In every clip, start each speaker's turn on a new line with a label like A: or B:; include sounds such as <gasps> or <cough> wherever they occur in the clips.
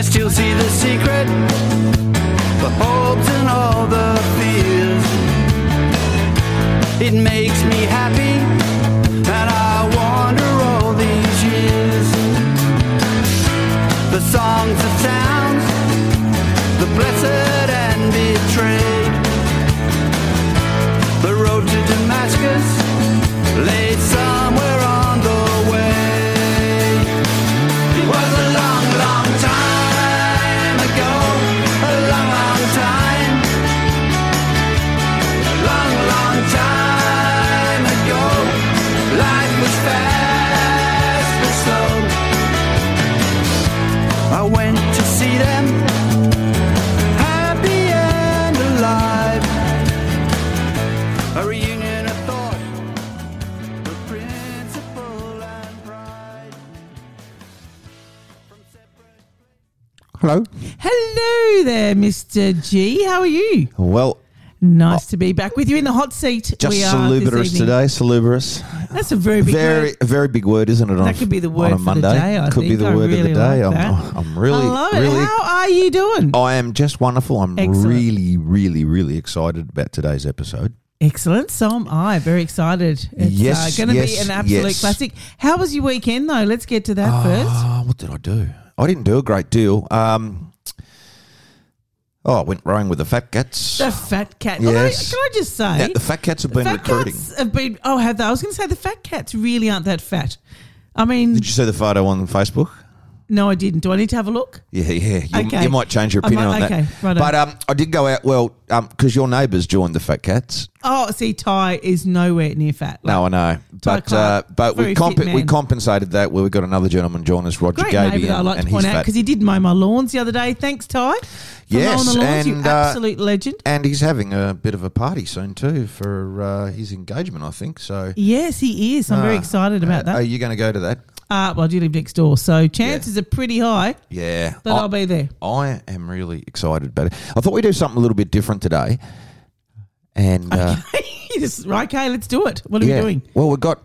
A: Yes, you'll see the secret, the hopes and all the fears. It makes me happy that I wander all these years. The songs, the sounds, the blessed and betrayed. The road to Damascus lay somewhere on the way. It was a long, long time ago. A long, long time. A long, long time ago. Life was fast but slow. I went to see them. Happy and alive. A reunion of thought. With principle and pride. From separate
B: Hello.
C: Hello there, Mr. G. How are you?
B: Well,
C: Nice to be back with you in the hot seat.
B: just
C: we are this
B: salubrious
C: evening.
B: today. Salubrious.
C: That's a very big
B: very,
C: word.
B: very big word, isn't it? on,
C: That could be the
B: on
C: word
B: a
C: for the
B: Monday.
C: day. I
B: could be
C: think.
B: the
C: I
B: word
C: really
B: of the day.
C: like
B: I'm,
C: that.
B: I'm really,
C: I love it.
B: really. Oh.
C: How are you doing?
B: I am just wonderful. I'm
C: Excellent.
B: really, really, really excited about today's episode.
C: Excellent. So am I. Very excited. It's
B: Yes,
C: uh, going to
B: yes,
C: be an absolute
B: yes.
C: classic. How was your weekend, though? Let's get to that first.
B: Ah, what did I do? I didn't do a great deal. Um, oh, I went rowing with the Fat Cats.
C: The fat cat. Although,
B: Yes.
C: can I just say,
B: now, the Fat Cats have been
C: fat
B: recruiting.
C: cats have been. Oh, have they? I was going to say the fat cats really aren't that fat. I mean,
B: Did you see the photo on Facebook?
C: no, I didn't. Do I need to have a look?
B: Yeah, yeah. You,
C: Okay.
B: you might change your
C: I might-
B: opinion on that.
C: okay, righto.
B: But um, I did go out, well, because your neighbours joined the Fat Cats.
C: Oh, see, Ty is nowhere near fat.
B: No, I know.
C: Ty
B: But uh,
C: Clark,
B: but we,
C: very
B: comp-
C: fit
B: we
C: man.
B: compensated that where we got another gentleman join us, Roger
C: Great
B: Gaby.
C: neighbour that I
B: and-
C: like to
B: and
C: point
B: he's
C: out
B: fat.
C: because he did mow my lawns the other day. Thanks, Ty. For
B: Yes,
C: mowing the lawns, you
B: and, uh,
C: absolute legend.
B: And he's having a bit of a party soon, too, for uh, his engagement, I think. So
C: Yes, he is. I'm very
B: Ah,
C: excited about
B: are
C: that.
B: you going to go to that?
C: Uh, well, I do live next door, so chances are pretty high
B: Yeah.
C: that I'll be there. <laughs>
B: I am really excited about it. I thought we'd do something a little bit different today. And uh,
C: You just, right, okay, let's do it. What are we doing?
B: Well, we've got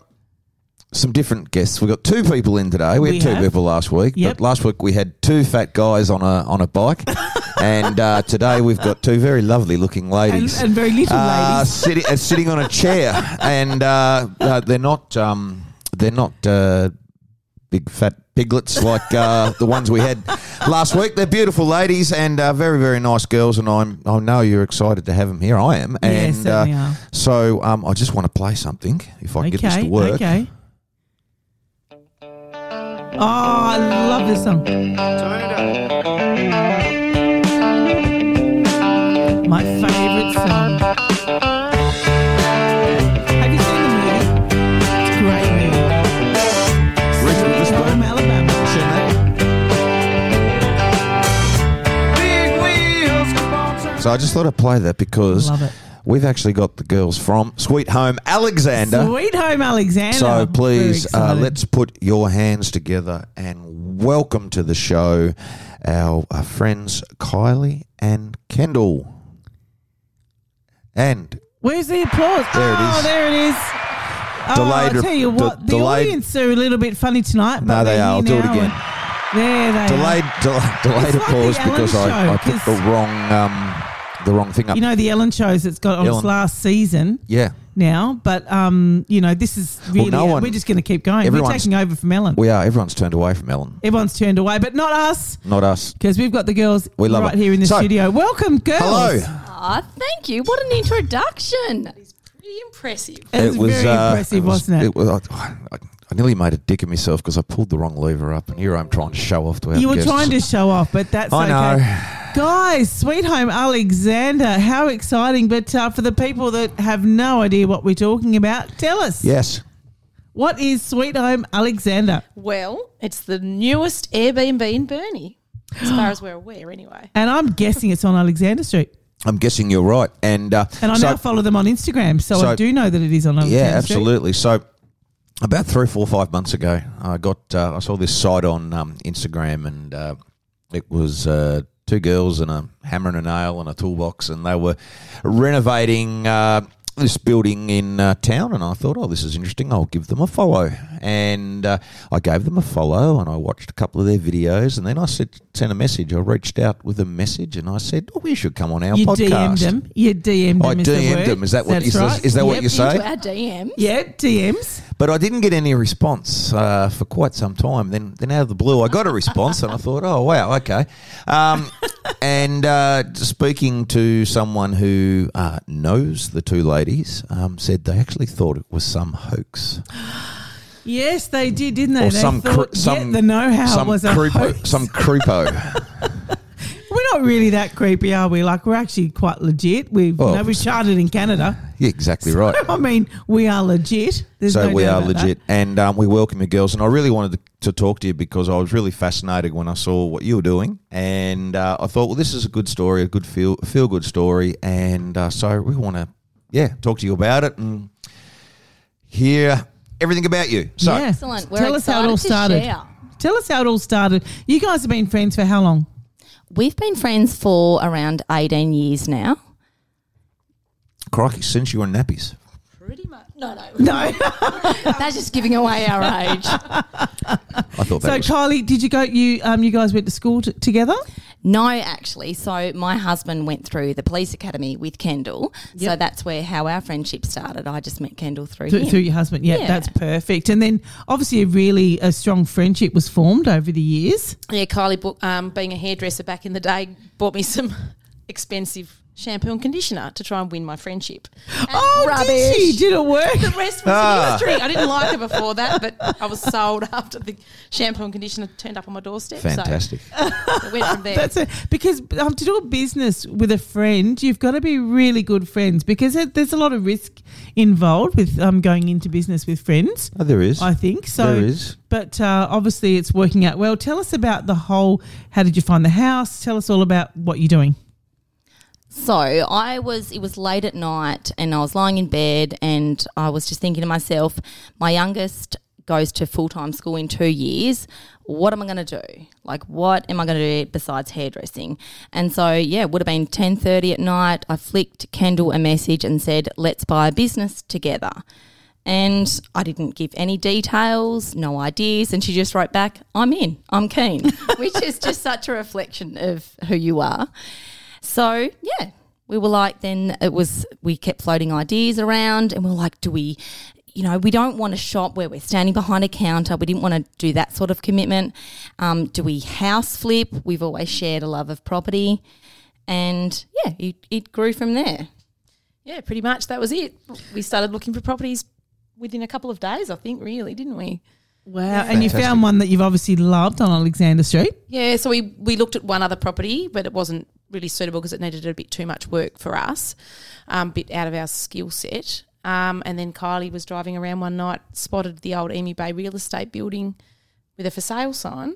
B: some different guests. We've got two people in today. We had
C: We
B: two
C: have.
B: people last week,
C: Yep.
B: but last week we had two fat guys on a on a
C: <laughs>
B: bike, and uh, today we've got two very lovely looking
C: And,
B: ladies.
C: and very little
B: uh,
C: ladies.
B: sitting, uh, sitting on a chair, and uh, uh, they're not um, they're not uh, big fat piglets like uh, the ones we had last week. They're beautiful ladies and uh, very very nice girls, and I'm I know you're excited to have them here. I am,
C: Yeah,
B: and uh,
C: certainly are.
B: so um, I just want to play something if I can get this to work.
C: Okay. Oh, I love this song.
A: Turn it up.
C: My favourite song. Have you seen the movie? It's a great movie.
B: Richard
C: Sweet
B: Whisper.
C: Home Alabama.
A: Big wheels keep on turning.
B: So I just thought I'd play that because
C: Love it.
B: we've actually got the girls from Sweet Home Alexander.
C: Sweet Home Alexander.
B: So
C: Very
B: please, uh,
C: excited.
B: let's put your hands together and welcome to the show our, uh friends Kylie and Kendall. And
C: Where's the applause?
B: There it
C: oh,
B: is.
C: there it is. Oh,
B: Delayed
C: I'll tell you
B: re- de-
C: what, the
B: delayed-
C: audience are a little bit funny tonight. But
B: no, they
C: they're
B: are. I'll
C: here
B: do it
C: now
B: again.
C: and- There they
B: Delayed, <laughs> del- delayed
C: It's like the
B: applause
C: Ellen
B: because I,
C: show,
B: I put the
C: 'cause-
B: wrong, um, the wrong thing
C: are.
B: up.
C: You know the Ellen shows that's got on its
B: Ellen.
C: last season
B: yeah,
C: now, but um, you know this is really
B: no one-
C: we're just going to keep going. We're
B: everyone's-
C: taking over from Ellen.
B: we are. Everyone's turned away from Ellen,
C: Everyone's turned away, but not us
B: not us.
C: because we've got the girls
B: We love
C: right
B: it.
C: here in the
B: So-
C: studio. Welcome, girls.
B: Hello.
D: Ah, thank you. What an introduction. That is pretty impressive.
C: It was, very
B: uh,
C: impressive,
B: was-
C: wasn't it?
B: was, I, I- I nearly made a dick of myself because I pulled the wrong lever up, and here I'm trying to show off to our
C: You were
B: guests.
C: trying to show off, but that's
B: I know.
C: okay. Guys, Sweet Home Alexander, how exciting. But uh, for the people that have no idea what we're talking about, tell us.
B: Yes.
C: What is Sweet Home Alexander?
D: Well, it's the newest Airbnb in Burnie, as far as we're aware, anyway.
C: And I'm guessing it's on Alexander Street.
B: I'm guessing you're right, and uh,
C: And I
B: so-
C: now follow them on Instagram, so,
B: so-
C: I do know that it is on Alexander
B: yeah,
C: Street.
B: absolutely. So about three, four, five months ago, I got uh, I saw this site on um, Instagram, and uh, it was uh, two girls and a hammer and a nail and a toolbox, and they were renovating. Uh, this building in uh, town, and I thought, oh, this is interesting. I'll give them a follow, and uh, I gave them a follow, and I watched a couple of their videos, and then I said, sent a message. I reached out with a message, and I said, oh, we should come on our
C: You
B: podcast.
C: DM'd them. You DM'd them.
B: I
C: is the
B: DM'd
C: word.
B: them. Is that what-
C: That's
B: is this-
C: right.
B: is that what
C: Yep.
B: you say?
D: Into our DM.
C: Yeah, DMs.
B: But I didn't get any response uh, for quite some time. Then, then out of the blue, I got a response, and I thought, "Oh wow, okay." Um, <laughs> and uh, speaking to someone who uh, knows the two ladies, um, said they actually thought it was some hoax
C: Yes, they did, didn't they?
B: or
C: they
B: some
C: thought,
B: cr- some
C: yeah, the know-how
B: some
C: was a
B: creepo,
C: hoax.
B: some
C: <laughs>
B: creepo.
C: We're not really that creepy, are we? Like we're actually quite legit. We've
B: Well,
C: you know, we charted in Canada. <laughs>
B: yeah, exactly right.
C: I mean, we are legit. There's
B: so
C: no
B: we
C: doubt
B: are
C: about that.
B: legit, and um, we welcome you, girls. And I really wanted to, to talk to you because I was really fascinated when I saw what you were doing, and uh, I thought, well, this is a good story, a good feel feel good story, and uh, so we want to, yeah, talk to you about it and hear everything about you. So
C: Yeah.
D: Excellent. We're
C: Tell us how it all
D: excited
C: started.
D: To share.
C: Tell us how it all started. You guys have been friends for how long?
D: We've been friends for around 18 years now.
B: crikey, since you were in nappies,
D: Pretty much. No, no.
C: No.
D: That's just giving away our
C: <laughs>
D: age.
B: I thought
C: so
B: that was
C: Kylie, did you go? You um, you guys went to school t- together?
D: No, actually. So my husband went through the police academy with Kendall. So
C: Yep.
D: that's where how our friendship started. I just met Kendall through
C: Through,
D: him.
C: through your husband? Yeah,
D: Yeah.
C: that's perfect. And then obviously a really a strong friendship was formed over the years.
E: Yeah, Kylie, book, um, being a hairdresser back in the day, bought me some <laughs> expensive shampoo and conditioner to try and win my friendship.
C: Oh, did
D: rubbish.
C: she? Did it
E: <laughs>
C: work?
E: The rest was
B: Ah.
E: history. I didn't like her before that, but I was sold <laughs> after the shampoo and conditioner turned up on my doorstep.
B: fantastic.
E: So it went from there.
C: That's it. Because um, to do a business with a friend, you've got to be really good friends because it, there's a lot of risk involved with um, going into business with friends.
B: Oh, there is,
C: I think so.
B: there is.
C: But uh, obviously, it's working out well. Tell us about the whole. How did you find the house? Tell us all about what you're doing.
D: So I was, it was late at night and I was lying in bed and I was just thinking to myself, my youngest goes to full time school in two years. What am I going to do? Like, what am I going to do besides hairdressing? And so, yeah, it would have been 10.30 at night. I flicked Kendall a message and said, let's buy a business together. And I didn't give any details, no ideas. And she just wrote back, I'm in, I'm keen, <laughs> which is just such a reflection of who you are. So yeah, we were like, then it was we kept floating ideas around, and we were like, do we? You know, we don't want a shop where we're standing behind a counter. We didn't want to do that sort of commitment. Um, do we house flip? We've always shared a love of property. And yeah, it, it grew from there.
E: yeah, pretty much that was it. We started looking for properties within a couple of days, I think, really, didn't we?
C: Wow! And you
B: Fantastic.
C: found one that you've obviously loved on Alexander Street.
E: Yeah, so we, we looked at one other property, but it wasn't really suitable because it needed a bit too much work for us, um, bit out of our skill set. Um, and then Kylie was driving around one night, spotted the old Emu Bay real estate building with a for sale sign.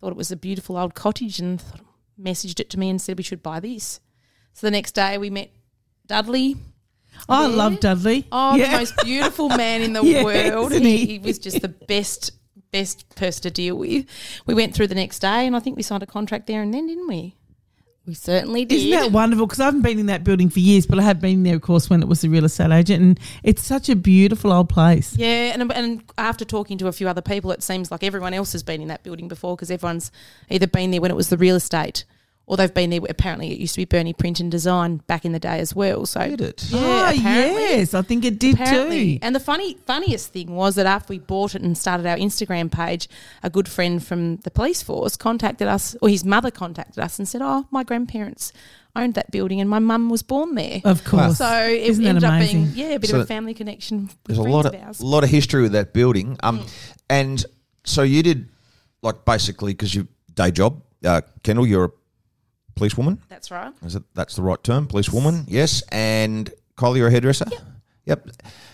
E: Thought it was a beautiful old cottage and thought, messaged it to me and said we should buy this. So the next day we met Dudley.
C: I love Dudley.
E: Oh,
C: Yeah.
E: the most beautiful man in <laughs> the
C: Yeah,
E: world.
C: isn't he?
E: He, he was just the best, best person to deal with. We went through the next day and I think we signed a contract there and then, didn't we?
D: We certainly did.
C: Isn't that wonderful? Because I haven't been in that building for years, but I have been there, of course, when it was the real estate agent, and it's such a beautiful old place.
E: Yeah, and, and after talking to a few other people, it seems like everyone else has been in that building before because everyone's either been there when it was the real estate or they've been there. Apparently, it used to be Bernie Print and Design back in the day as well. So
B: Did it?
E: Yeah,
C: Ah,
E: apparently.
C: yes, I think it did
E: Apparently.
C: <laughs> too.
E: And the funny funniest thing was that after we bought it and started our Instagram page, a good friend from the police force contacted us, or his mother contacted us and said, "Oh, my grandparents owned that building, and my mum was born there."
C: Of course.
E: So it
C: Oh, Isn't that
E: ended up
C: amazing?
E: being yeah a bit
B: So
E: of a family connection. With
B: There's a
E: friends
B: lot
E: of
B: of,
E: ours.
B: lot of history with that building. Um, and so you did like basically because your day job, uh, Kendall, you're a policewoman.
E: That's right.
B: Is it that's the right term? Policewoman, yes. And Kylie, you're a hairdresser. Yep.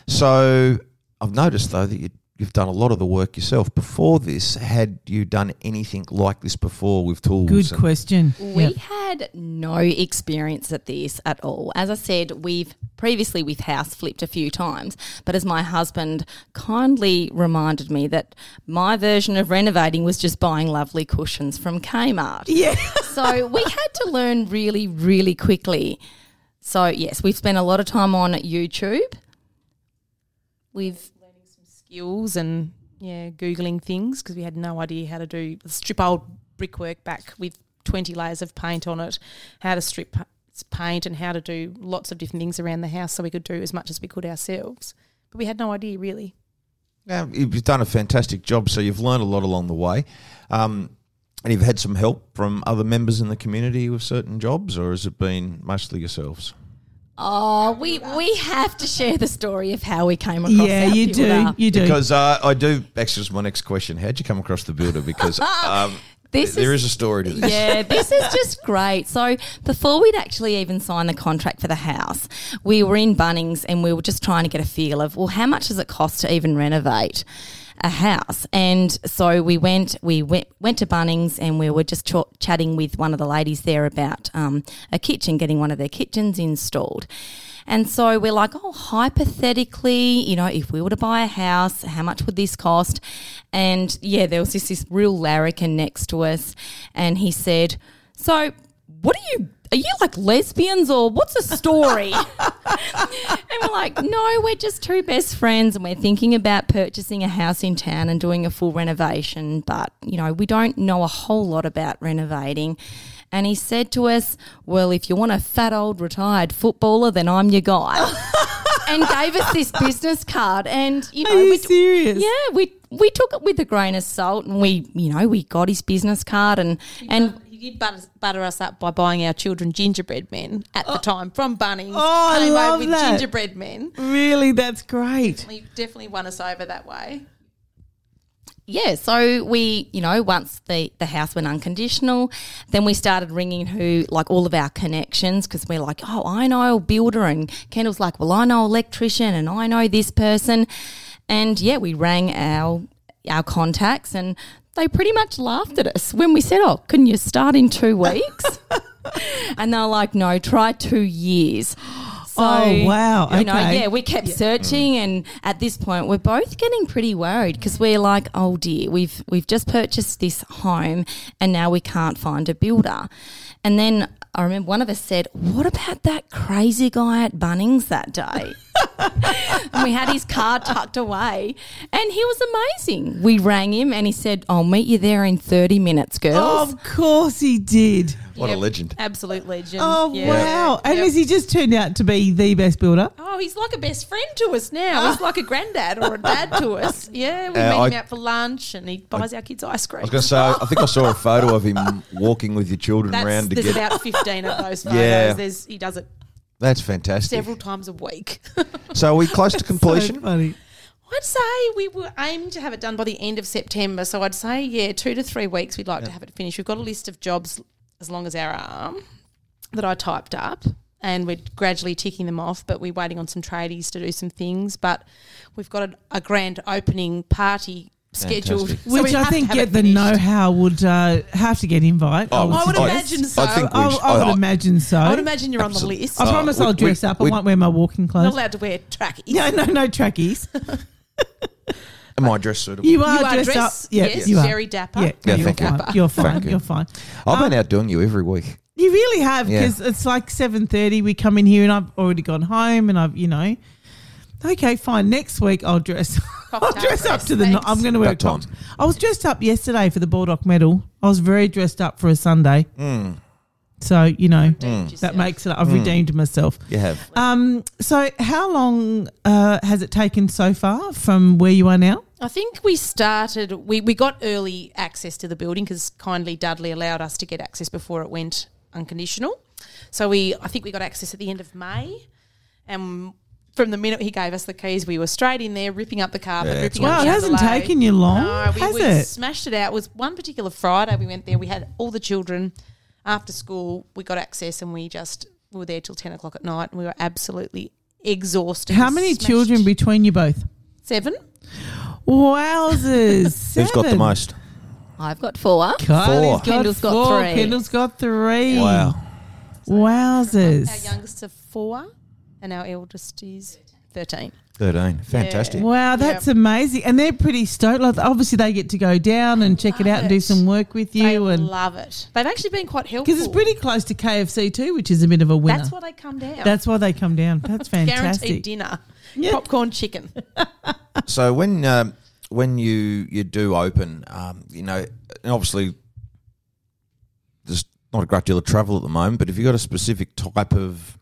B: So I've noticed though that you, you've done a lot of the work yourself. Before this, had you done anything like this before with tools?
C: Good
B: and-
C: question.
D: We
C: Yep.
D: had no experience at this at all. As I said, we've previously we've house flipped a few times, but as my husband kindly reminded me that my version of renovating was just buying lovely cushions from Kmart.
C: <laughs> Yeah.
D: so we had to learn really, really quickly. So yes, we've spent a lot of time on YouTube. We've
E: skills and yeah, googling things because we had no idea how to do strip old brickwork back with twenty layers of paint on it, how to strip pa- paint and how to do lots of different things around the house so we could do as much as we could ourselves. But we had no idea really.
B: Yeah, you've done a fantastic job, so you've learned a lot along the way. Um, and you've had some help from other members in the community with certain jobs, or has it been mostly yourselves?
D: oh we we have to share the story of how we came across.
C: Yeah,
D: our
C: you do.
D: builder.
C: You do.
B: Because uh, I do. Actually, is my next question. How'd you come across the builder?
C: <laughs>
B: Because
C: Ah,
B: um,
D: This
B: there
D: is-
B: is a story to this.
D: yeah, this is just great. So before we'd actually even signed the contract for the house, we were in Bunnings and we were just trying to get a feel of well, how much does it cost to even renovate a house? And so we went, we went went to Bunnings and we were just ch- chatting with one of the ladies there about um, a kitchen, getting one of their kitchens installed. And so we're like, oh, hypothetically, you know, if we were to buy a house, how much would this cost? And yeah, there was this, this real larrikin next to us. And he said, So what are you, are you like lesbians or what's the story? and we're like, no, we're just two best friends and we're thinking about purchasing a house in town and doing a full renovation, but you know, we don't know a whole lot about renovating. And he said to us, Well, if you want a fat old retired footballer, then I'm your guy.
C: <laughs>
D: and gave us this business card. And, you know,
C: Are you
D: we-
C: serious?
D: Yeah, we, we took it with a grain of salt and we, you know, we got his business card and, and
E: He did butter, butter us up by buying our children gingerbread men at the time from Bunnings.
C: Oh, I
E: Came over
C: love
E: with
C: that.
E: gingerbread men.
C: Really, that's great.
E: He definitely won us over that way.
D: yeah, so we, you know, once the, the house went unconditional, then we started ringing who, like all of our connections, because we're like, oh, I know a builder. And Kendall's like, well, I know electrician and I know this person. And yeah, we rang our, our contacts and they pretty much laughed at us when we said, oh, couldn't you start in two weeks? and they're like, no, try
C: <gasps>
D: two years. So,
C: Oh, wow.
D: You know,
C: Okay. Mm.
D: yeah, we kept searching, and at this point, we're both getting pretty worried because we're like, "Oh dear, we've we've just purchased this home, and now we can't find a builder." And then I remember one of us said, "What about that crazy guy at Bunnings
C: <laughs>
D: that day?" and we had his car tucked away, and he was amazing. We rang him, and he said, "I'll meet you there in thirty minutes, girls."
C: Of course he did.
B: What a legend.
E: Absolute legend.
C: Oh,
E: Yeah.
C: wow. And
E: Yep.
C: has he just turned out to be the best builder?
E: Oh, he's like a best friend to us now. He's like a granddad or a dad to us. Yeah, we
B: Uh,
E: meet
B: I-
E: him out for lunch and he buys our kids ice cream.
B: I was going to say, I think I saw a photo of him walking with your children
E: That's,
B: around to
E: there's
B: get.
E: about 15 of those
B: <laughs>
E: photos.
B: Yeah.
E: There's, he does it
B: that's fantastic.
E: several times a week.
B: So are we close to
C: <laughs> So
B: completion?
C: funny.
E: I'd say we were aiming to have it done by the end of September. So I'd say, yeah, two to three weeks we'd like to have it finished. We've got a list of jobs as long as our arm that I typed up and we're gradually ticking them off, but we're waiting on some tradies to do some things. But we've got a, a grand opening party scheduled.
B: Fantastic.
E: so we
C: Which I
E: have to
C: think
E: have
C: get
E: it
C: the
E: finished.
C: know how would uh, have to get invite.
B: Oh,
E: I would
B: I-
E: imagine so.
B: I think we
C: I,
B: should-
C: I would
B: I-
C: imagine so.
E: I
C: I,
E: would imagine you're
B: Absolute-
E: on the list.
B: Uh,
C: promise
B: we-
C: I'll
B: we-
C: dress up. I
B: we-
C: won't wear my walking
E: not
C: clothes.
E: allowed to wear trackies.
C: No, no, no trackies.
B: Am I dressed suitable?
C: You are,
E: You are
C: dressed
E: dressed,
C: up. Yeah,
E: yes,
C: you are.
E: very dapper.
C: Yeah,
B: Yeah,
C: you're,
B: thank you.
C: fine. you're fine.
B: Thank you.
C: You're fine.
B: I've been
C: Um,
B: outdoing you every week.
C: You really have
B: Yeah.
C: because it's like seven thirty. We come in here and I've already gone home and I've you know. Okay, fine. Next week I'll dress. <laughs> I'll
E: Cocktail
C: dress up
E: dress,
C: to the. No-
E: thanks.
C: I'm going to wear a
B: That time.
C: cocktail. I was dressed up yesterday for the Baldock medal. I was very dressed up for a Sunday.
B: Hmm.
C: So you know that makes it. I've redeemed myself.
B: You have.
C: Um. So how long uh, has it taken so far from where you are now?
E: I think we started, we, we got early access to the building because kindly Dudley allowed us to get access before it went unconditional. So we, I think we got access at the end of May. And from the minute he gave us the keys, we were straight in there ripping up the
B: Yeah,
E: carpet, ripping
B: it's
E: up
C: Wow, it
E: the
C: hasn't
E: chandelier.
C: taken you long,
E: No, we,
C: has
E: we
C: it?
E: smashed it out. It was one particular Friday we went there. We had all the children after school. We got access and we just we were there till 10 o'clock at night and we were absolutely exhausted.
C: How many
E: Smashed.
C: children between you both?
E: Seven.
B: <laughs>
C: Wowzers!
B: Who's got the
C: Seven.
B: most?
D: I've got four.
C: Kylie's
B: Four.
C: got
D: Kendall's got
C: four.
D: three.
C: Kendall's got three.
B: Wow.
E: Our
C: Wowzers.
E: youngest of four, and our eldest is 13.
B: Thirteen. Fantastic.
C: Wow, that's amazing. And they're pretty stoked. Like, obviously, they get to go down and check it out and do
E: it.
C: some work with
E: They
C: you. and
E: love it. They've actually been quite helpful.
C: Because it's pretty close to KFC too, which is a bit of a winner.
E: That's why they come down.
C: That's why they come down. That's
E: <laughs> guaranteed
C: fantastic.
E: dinner.
C: Yeah. <laughs>
E: Popcorn chicken.
B: So when um, when you you do open, um, you know, and obviously there's not a great deal of travel at the moment. But if you've got a specific type of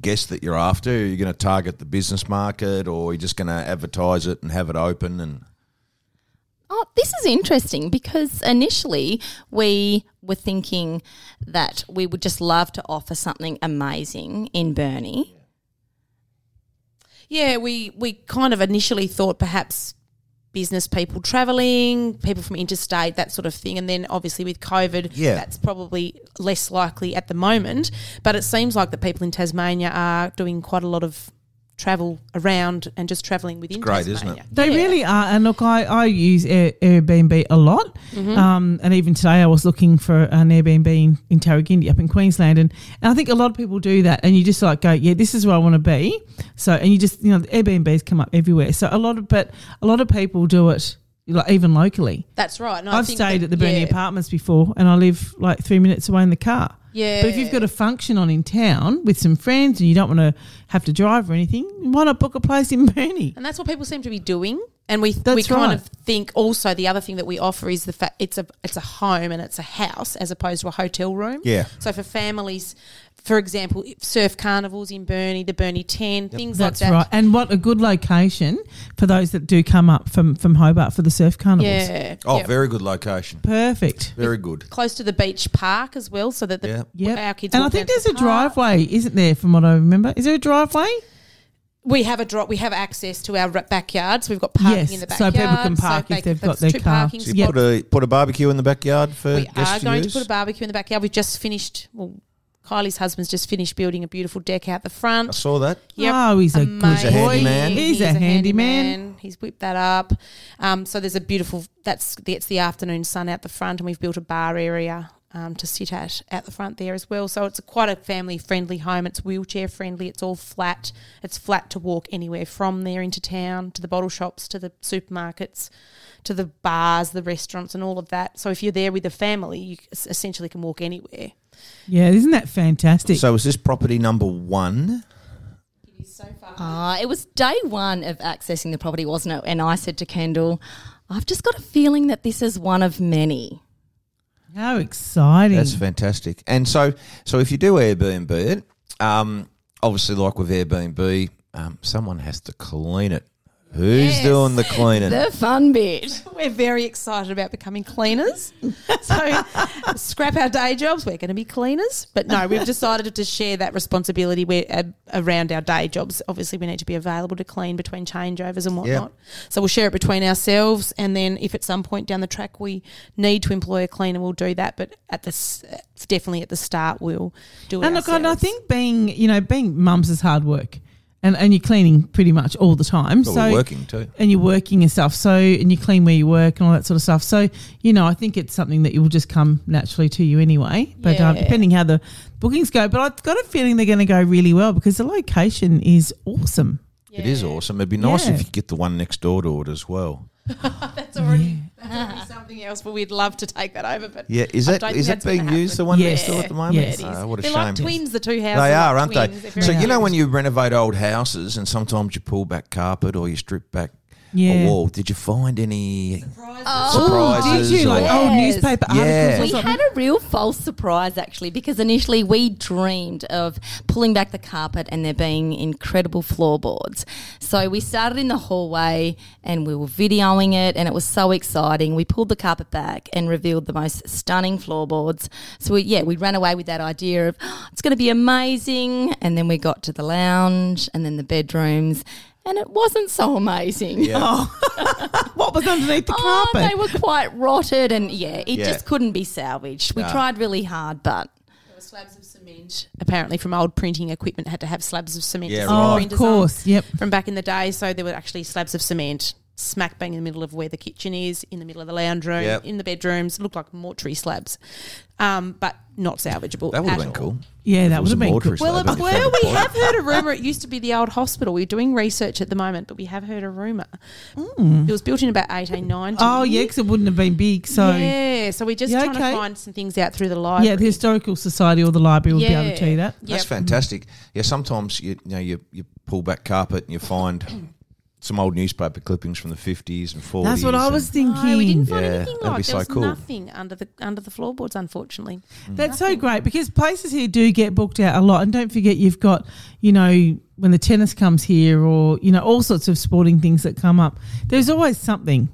B: guest that you're after, are you going to target the business market, or are you just going to advertise it and have it open? And
D: Oh, this is interesting because initially we were thinking that we would just love to offer something amazing in Burnie.
E: Yeah, we we kind of initially thought perhaps business people traveling, people from interstate, that sort of thing. And then obviously with COVID,
B: Yeah.
E: that's probably less likely at the moment. But it seems like the people in Tasmania are doing quite a lot of travel around and just travelling within
B: great, isn't it?
E: Tasmania.
C: They really are. And look, I, I use Air, Airbnb a lot.
E: Mm-hmm.
C: Um, and even today, I was looking for an Airbnb in, in Tarragindi up in Queensland. And, and I think a lot of people do that. And you just like go, yeah, this is where I want to be. So, and you just, you know, the Airbnbs come up everywhere. So a lot of, but a lot of people do it like even locally.
E: That's right. And I
C: I've
E: think
C: stayed
E: that-
C: at the Burnie
E: yeah.
C: Apartments before, and I live like three minutes away in the car.
E: Yeah.
C: But if you've got a function on in town with some friends and you don't want to have to drive or anything, why not book a place in Burnie?
E: And that's what people seem to be doing. And we we
C: That's
E: kind
C: right.
E: of think also the other thing that we offer is the fact it's a it's a home and it's a house as opposed to a hotel room.
B: Yeah.
E: So for families, for example, surf carnivals in Burnie, the Burnie Ten, things
C: That's
E: like that.
C: right. And what a good location for those that do come up from, from Hobart for the surf carnivals.
E: Yeah.
B: oh,
E: Yeah.
B: very good location,
C: Perfect.
B: very good.
E: close to the beach park as well, so that the
B: Yeah.
C: Yep.
E: our kids.
C: and I
E: walk
C: think
E: down to
C: there's a
E: the park.
C: driveway, isn't there, from what I remember? Is there a driveway?
E: We have a drop. We have access to our ra- backyards. We've got parking
C: Yes,
E: in the
C: so
E: backyard,
C: people can park if
E: they-
C: they've
E: that's
C: got their
E: two
C: car.
E: parking
B: So you
C: Yeah.
B: put a put a barbecue in the backyard for
E: We
B: guests
E: are
B: to
E: going
B: use?
E: to put a barbecue in the backyard. We've just finished. Well, Kylie's husband's just finished building a beautiful deck out the
B: I
E: front.
B: saw that.
E: Yep.
C: Oh, he's a good
B: boy.
E: Amazing.
B: handyman.
C: He's a handyman.
E: He's whipped that up. Um, so there's a beautiful. That's it's the afternoon sun out the front, and we've built a bar area. Um, to sit at out the front there as well, so it's a, quite a family friendly home. It's wheelchair friendly. It's all flat. It's flat to walk anywhere from there into town to the bottle shops to the supermarkets, to the bars, the restaurants, and all of that. So if you're there with a family, you s- essentially can walk anywhere.
C: Yeah, isn't that fantastic?
B: So is this property number one?
D: Ah, it was day one of accessing the property, wasn't it? And I said to Kendall, I've just got a feeling that this is one of many.
C: How exciting.
E: Mm.
B: That's fantastic. And so, so if you do Airbnb it, um, obviously, like with Airbnb, um, someone has to clean it. Who's doing the cleaning?
D: The fun bit.
E: We're very excited about becoming cleaners. <laughs> So, scrap our day jobs. We're going to be cleaners. But no, we've decided to share that responsibility where, uh, around our day jobs. Obviously, we need to be available to clean between changeovers and whatnot. So, we'll share it between ourselves. And then, if at some point down the track we need to employ a cleaner, we'll do that. But at the s- definitely at the start, we'll do it.
C: And look, and I
E: ourselves.
C: think being you know being mums is hard work, and and you're cleaning pretty much all the time.
B: But
C: so
B: we're working too.
C: and you're working and stuff. So and you clean where you work and all that sort of stuff. So you know, I think it's something that will just come naturally to you anyway. But um,
E: Yeah.
C: depending how the bookings go, but I've got a feeling they're going to go really well because the location is awesome.
B: It is awesome. It'd be nice
C: Yeah.
B: if you could get the one next door to it as well.
E: that's already, <laughs> that's already something else. But we'd love to take that over. But
B: Yeah, is
E: I
B: that
E: don't
B: is
E: think
B: that
E: that's
B: being
E: gonna
B: used the
E: happen.
B: one next
E: Yeah.
B: door at the moment?
C: Yeah, it is.
B: Oh, what a
E: They're
B: shame.
E: like twins, the
B: They
E: two houses.
B: are,
E: like
B: aren't
E: twins. They're
B: they?
E: very
B: So you know
E: cute.
B: when you renovate old houses, and sometimes you pull back carpet or you strip back
C: Yeah.
B: a wall. Did you find any
E: Oh,
C: Did
B: surprises?
C: you like
B: or-
C: old
D: Yes.
C: newspaper articles?
B: Yeah.
C: or
D: We
C: something?
D: had a real false surprise actually because initially we dreamed of pulling back the carpet and there being incredible floorboards. So we started in the hallway and we were videoing it and it was so exciting. We pulled the carpet back and revealed the most stunning floorboards. So we, yeah, we ran away with that idea of "Oh, it's going to be amazing and then we got to the lounge and then the bedrooms and it wasn't so amazing.
C: what was underneath the
D: Oh,
C: carpet?
D: they were quite rotted, and yeah, it
B: Yeah.
D: just couldn't be salvaged. We
B: No.
D: tried really hard, but
E: slabs of cement. Apparently, from old printing equipment, had to have slabs of cement.
B: Yeah,
E: to
B: right.
E: see
C: oh,
E: print
C: of
E: design
C: course. Yep.
E: From back in the day, so there were actually slabs of cement. smack bang in the middle of where the kitchen is, in the middle of the lounge room,
B: Yep.
E: in the bedrooms. Looked like mortuary slabs, um, but not salvageable.
B: That would have
E: at
B: been
E: all.
B: cool.
C: Yeah, that
B: It
C: would
B: was
C: have
B: a
C: been
B: mortuary
C: good.
E: Well,
B: slab,
E: it,
B: that'd be
E: well,
B: fucking
E: we
B: cool.
E: have heard a rumor. It used to be the old hospital. We're doing research at the moment, but we have heard a rumor. It was built in about 1890.
C: Hmm. Oh, yeah, because it wouldn't have been big. So, yeah,
E: yeah. So we're just
C: Yeah,
E: trying
C: okay.
E: to find some things out through the library.
C: the Historical Society or the library would be able to tell you that.
B: That's fantastic. Yeah, sometimes you, you know you, you pull back carpet and you find some old newspaper clippings from the fifties and forties.
C: That's what I was thinking.
E: No, we didn't find
B: Yeah,
E: anything
B: that'd be
E: like there
B: so
E: was
B: cool.
E: nothing under the under the floorboards, unfortunately.
B: Mm.
C: That's so great because places here do get booked out a lot, and don't forget you've got you know when the tennis comes here, or you know all sorts of sporting things that come up. There's always something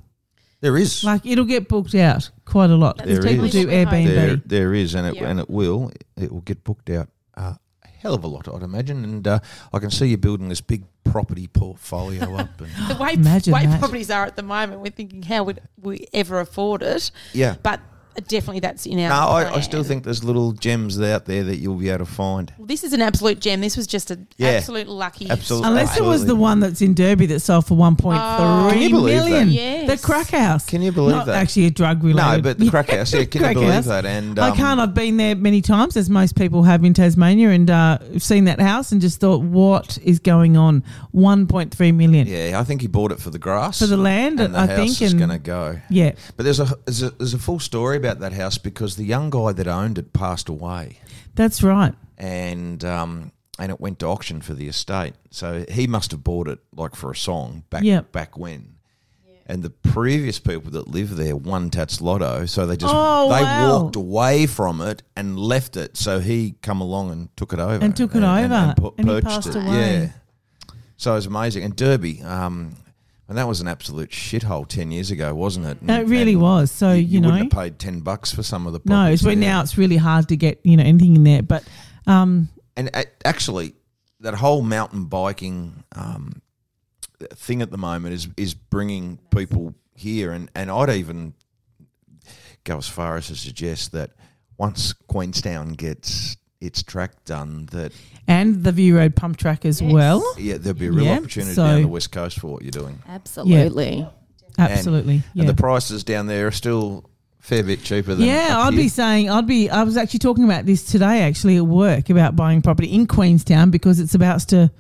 B: There is.
C: like it'll get booked out quite a lot.
E: That's
C: Because people do
E: definitely what we hope.
C: Airbnb.
B: there, there is, and it
E: Yeah.
B: and it will. It will get booked out uh, a hell of a lot, I'd imagine. And uh, I can see you building this big property portfolio
C: <laughs>
B: up. And,
E: The way,
C: Oh, Imagine
E: way
C: that.
E: properties are at the moment, we're thinking how would we ever afford it?
B: yeah.
E: But definitely that's in our.
B: No, I, I
E: plan.
B: still think there's little gems out there that you'll be able to find.
E: Well, this is an absolute gem. This was just an
B: Yeah.
E: absolute lucky.
B: Absolute-
E: strike.
C: Unless it was
B: Absolutely.
C: the one that's in Derby that sold for one point
E: Oh.
B: Can
C: three
B: you believe that?
C: million.
E: Yes.
C: The crack house.
B: Can you believe
C: Not
B: that?
C: Actually, a drug
B: No,
C: related.
B: but the crack house. Yeah, can you
C: Crack
B: believe
C: house.
B: that? And um,
C: I can't. I've been there many times, as most people have in Tasmania, and uh, seen that house and just thought, what is going on? One point three million
B: Yeah, I think he bought it for the grass.
C: for the land.
B: and the
C: I
B: house
C: think.
B: is
C: and
B: going to go.
C: yeah.
B: But there's a, there's a there's a full story about that house because the young guy that owned it passed away,
C: That's right.
B: and um, and it went to auction for the estate. So he must have bought it like for a song back
C: Yeah.
B: back when. And the previous people that lived there won Tats Lotto, so they just
C: Oh,
B: they
C: wow.
B: walked away from it and left it. So he come along and took it over
C: And took it
B: and,
C: over,
B: pu-
C: and he
B: purchased
C: passed
B: it.
C: away.
B: Yeah, so it was amazing. And Derby, um, and that was an absolute shithole ten years ago, wasn't it?
C: That
B: And-
C: really
B: Mm. and
C: was. So Oh, you,
B: wouldn't
C: know,
B: have paid ten bucks for some of the
C: no.
B: properties
C: It's where
B: there.
C: now it's really hard to get you know anything in there. But um,
B: and a- actually that whole mountain biking um, thing at the moment is is bringing people here, and and I'd even go as far as to suggest that once Queenstown gets its track done, that
C: and the View Road pump track as well.
B: yeah, there'll be a real
C: Yeah,
B: opportunity
C: so-
B: down the west coast for what you're doing.
D: Absolutely.
C: Absolutely.
B: And
C: yeah.
B: the prices down there are still a fair bit cheaper than
C: Yeah,
B: up
C: I'd
B: here.
C: be saying I'd be. I was actually talking about this today, actually at work, about buying property in Queenstown because it's about to.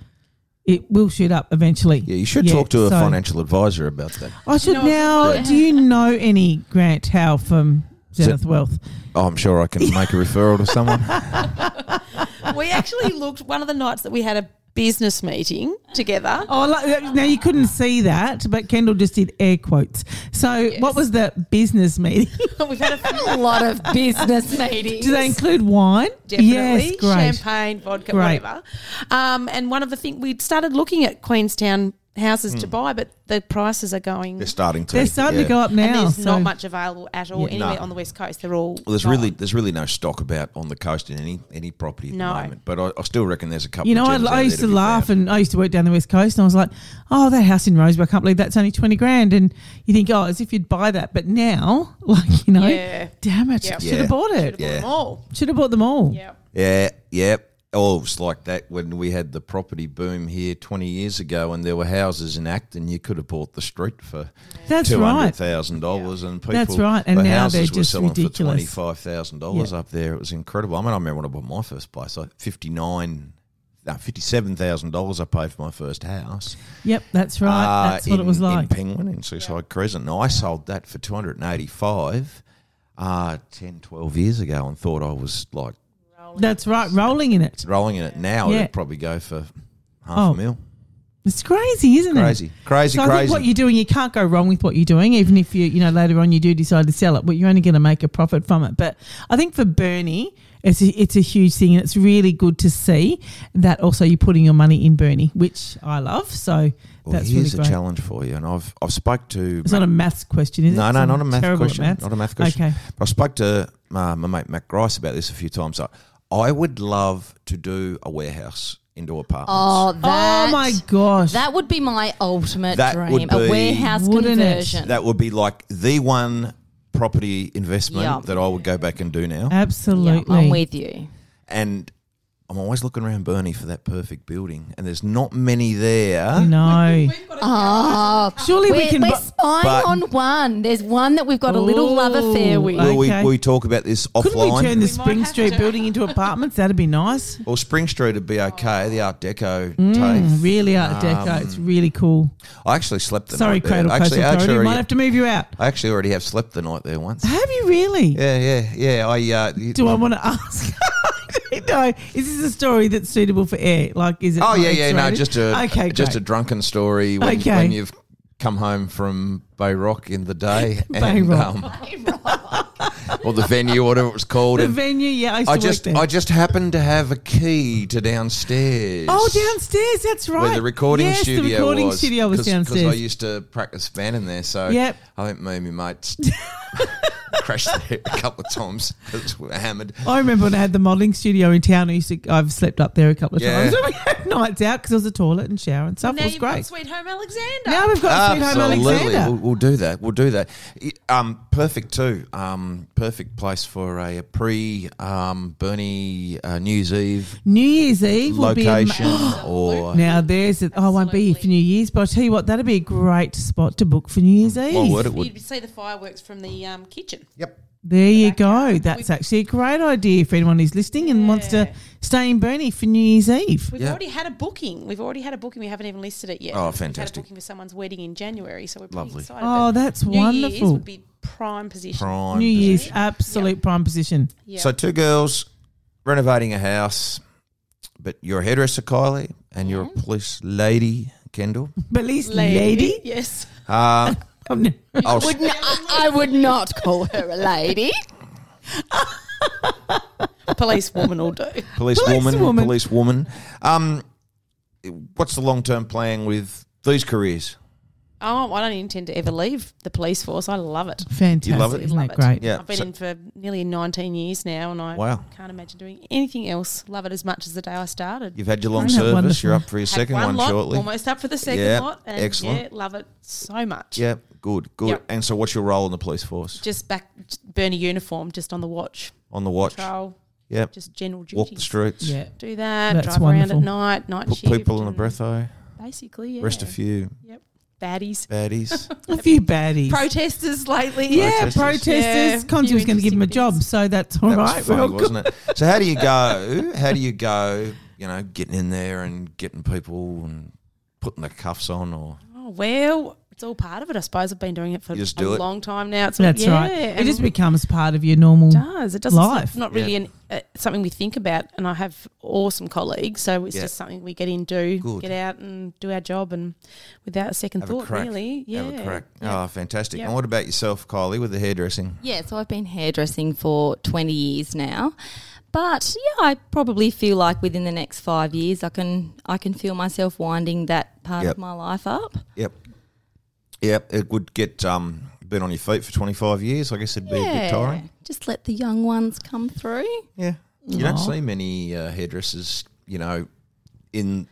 C: It will shoot up eventually.
B: Yeah, you should
C: Yeah,
B: talk to a
C: so-
B: financial advisor about that.
C: I should
E: No,
C: now.
E: yeah.
C: Do you know any Grant Howe from Zenith Wealth?
B: Oh, I'm sure I
C: <laughs>
B: can make a referral to someone.
E: we actually looked one of the nights that we had a business meeting together.
C: Oh, like, now you couldn't see that, but Kendall just did air quotes. So, what was the business meeting? <laughs>
E: We've had a
D: A lot of business <laughs> meetings.
C: Do they include wine?
E: definitely
C: Yes, great.
E: champagne, vodka,
C: Great.
E: whatever. Um, and one of the things we started looking at Queenstown houses to buy, but the prices are going.
B: Hmm. They're starting to.
C: They're starting
B: yeah.
C: to go up now.
E: and there's
C: so-
E: not much available at all anywhere
B: No.
E: on the west coast. They're all
B: Well, there's
E: gone.
B: really there's really no stock about on the coast in any any property at
E: No.
B: the moment. But I, I still reckon there's a couple.
C: You know,
B: of
C: I,
B: gems out
C: I
B: there
C: used to
B: be
C: laugh,
B: found.
C: and I used to work down the west coast, and I was like, "Oh, that house in Rosebud, I can't believe that's only twenty grand." And you think, "Oh, as if you'd buy that," but now, <laughs> like you know,
E: Yeah.
C: damn it,
E: Yep.
C: should have
B: Yeah.
C: bought it.
E: Bought them
B: Yeah.
E: all.
C: Should have bought them all.
E: Yeah.
B: yeah, yeah. Oh, it's like that when we had the property boom here 20 years ago, and there were houses in Acton you could have bought the street for
C: That's
B: two hundred
C: right.
B: thousand dollars, and people.
C: That's right, and
B: the
C: now
B: houses
C: they're
B: were
C: just
B: selling for
C: ridiculous.
B: twenty five thousand dollars
C: Yeah.
B: up there. It was incredible. I mean, I remember when I bought my first place, I fifty nine. No, fifty-seven thousand dollars I paid for my first house.
C: Yep, that's right.
B: uh,
C: that's what
B: in-
C: it was like.
B: in Penguin in Seaside Crescent. And I sold that for two hundred and eighty-five, uh, 10, 12 years ago, and thought I was like
C: That's right. Rolling in it.
B: rolling in it. Now
C: Yeah.
B: it'd probably go for half
C: Oh,
B: a mil.
C: It's crazy, isn't
B: Crazy,
C: it?
B: crazy,
C: So I think
B: crazy.
C: what you're doing, you can't go wrong with what you're doing, even if you, you know, later on you do decide to sell it. But you're only going to make a profit from it. But I think for Bernie, it's a, it's a huge thing, and it's really good to see that also you're putting your money in Bernie, which I love. So
B: well,
C: that's really
B: here's
C: great.
B: a challenge for you, and I've I've spoke to
C: It's not a maths question, is it?
B: no, no,
C: I'm
B: not a math
C: terrible at
B: question.
C: maths.
B: Not a math question.
C: Okay.
B: I spoke to uh, my mate Matt Grice about this a few times. I, I would love to do a warehouse into apartments.
D: Oh, that,
C: oh my gosh.
D: That would be my ultimate
B: That
D: dream.
B: would
D: a
B: be-
D: warehouse
C: Wouldn't it?
D: conversion.
B: That would be like the one property investment
D: Yeah.
B: that I would go back and do now.
D: yeah,
C: Absolutely.
D: I'm with you.
B: And I'm always looking around Burnie for that perfect building, and there's not many there.
C: No.
D: Oh,
C: Surely we
D: we're,
C: can
D: we're
C: bu-
D: spying
B: But-
D: on one. There's one that we've got a little love affair with.
C: Ooh.
B: Will
C: Okay.
B: we, we talk about this
C: Couldn't
B: offline?
C: we turn the
E: might
C: Spring
E: have
C: Street
E: to.
C: building into apartments? That'd
B: <laughs>
C: be nice.
B: well, Spring Street would be okay. The Art Deco
C: Mm,
B: tape.
C: really Art Deco. it's really cool.
B: I actually slept Um, the
C: Sorry,
B: night there.
C: Cradle Coast
B: actually, I
C: Authority.
B: actually
C: Might
B: already,
C: have to move you out.
B: I actually already have slept the night there
C: <laughs>
B: once.
C: Have you really?
B: Yeah, yeah, yeah. I uh,
C: Do I want to ask? <laughs> no. Is this a story that's suitable for air? Like, is it?
B: Oh
C: not
B: yeah, yeah. No,
C: X-rated?
B: just a
C: okay,
B: just a
C: great.
B: drunken story when,
C: Okay.
B: when you've come home from Bay Rock in the day.
C: <laughs> Bay
B: and,
C: Rock.
B: Um, or the venue, whatever it was called.
C: the
B: and
C: venue. Yeah, I used
B: I
C: to
B: just
C: work there.
B: I just happened to have a key to downstairs.
C: oh, downstairs. That's right.
B: Where the recording
C: yes,
B: studio
C: the recording
B: was,
C: studio was
B: Because I
C: downstairs.
B: used to practice band in there, so
C: Yep.
B: I think me and my
C: <laughs>
B: mates crashed there a couple of times because we were hammered.
C: I remember when I had the modelling studio in town. I used to. I've slept up there a couple of
B: Yeah.
C: times. <laughs> We had nights out because there was a toilet and shower and stuff.
E: now
C: it was
E: you've got
C: great.
E: Sweet Home Alexander.
C: Now we've got Sweet Home Alexander.
B: We'll, we'll do that. We'll do that. Y- Um, perfect too. Um, perfect place for a, pre um, Bernie uh, New Year's Eve
C: New Year's Eve will be. am-
B: location
C: <gasps>
B: or
C: Now there's it. Oh, I won't be here for New Year's, but I tell you what, that'd be a great spot to book for New Year's Eve.
B: well, would it would.
E: You'd see the fireworks from the um, kitchen.
B: Yep.
C: There you go. That's actually a great idea for anyone who's listening and wants to stay in Burnie for New Year's Eve.
E: We've
B: Yeah.
E: already had a booking. We've already had a booking. We haven't even listed it yet.
B: Oh,
E: We've had a
B: fantastic.
E: booking for someone's wedding in January, so we're pretty
B: Lovely.
E: excited.
C: Oh,
E: But
C: that's
E: New Year's
C: wonderful.
E: would be prime position.
B: Prime.
C: New Year's,
B: position.
C: absolute prime position. <laughs>
E: Yeah.
B: So two girls renovating a house, but you're a hairdresser, Kylie, and you're a police lady,
E: <laughs>
B: Kendall.
C: But at least lady. <laughs>
E: Yes.
B: Uh,
C: Oh, no.
B: I'll,
D: Would n- <laughs> I, I would not call her a lady.
E: Police woman will do.
B: police,
C: Police
B: woman,
C: woman.
B: police woman. Um, what's the long term plan with these careers?
E: Oh, I don't intend to ever leave the police force. I love it.
C: Fantastic.
B: You love it?
C: Isn't that
E: Love it.
C: great?
B: Yeah.
E: I've been
B: so-
E: in for nearly 19 years now, and I
B: Wow.
E: can't imagine doing anything else. Love it as much as the day I started.
B: You've had your long
C: Isn't that
B: service.
C: wonderful?
B: You're up for your
E: Had
B: second one,
E: lot,
B: shortly.
E: Almost up for the second
B: Yeah,
E: lot. And
B: excellent.
E: Yeah, love it so much.
B: Yeah, good, good.
E: Yep.
B: And so, what's your role in the police force?
E: Just back, burn a uniform, just on the watch,
B: On the watch.
E: patrol,
B: Yep.
E: just general
B: Walk the
E: duties.
B: streets.
C: Yeah.
E: Do that,
C: That's
E: drive
C: wonderful.
E: around at night, night
B: Put
E: shift.
B: people in a
E: and
B: breatho.
E: Basically, yeah.
B: Rest a few
E: Baddies.
B: baddies.
C: A few baddies.
E: Protesters lately.
C: yeah,
B: Protesters.
C: protesters.
E: Yeah,
C: Conti
E: few
C: was going to give him a
E: interesting
C: job, so that's all
B: that
C: right.
B: was
C: We're all
B: funny,
C: good.
B: wasn't it? So, how do you go? How do you go? You know, getting in there and getting people and putting the cuffs on, or
E: Oh, well, it's all part of it. I suppose I've been doing it for
B: You just
E: a
B: do it.
E: long time now. It's
C: That's
E: yeah,
C: right. It
E: and
C: just becomes part of your normal.
E: it does. It doesn't.
C: life.
E: It's not really an, uh, something we think about. And I have awesome colleagues, so it's
B: Yeah.
E: just something we get in, do,
B: Good.
E: get out, and do our job, and without a second
B: have
E: thought,
B: a crack?
E: really. Yeah.
B: Have a crack. Oh, fantastic!
E: Yeah.
B: And what about yourself, Kylie, with the hairdressing?
D: Yeah, so I've been hairdressing for 20 years now. But yeah, I probably feel like within the next 5 years I can I can feel myself winding that part
B: Yep.
D: of my life up.
B: Yep. Yep. It would get um been on your feet for twenty five years. I guess it'd be a bit tiring.
D: Just let the young ones come through.
B: Yeah. You don't
C: Aw.
B: see many uh, hairdressers, you know, in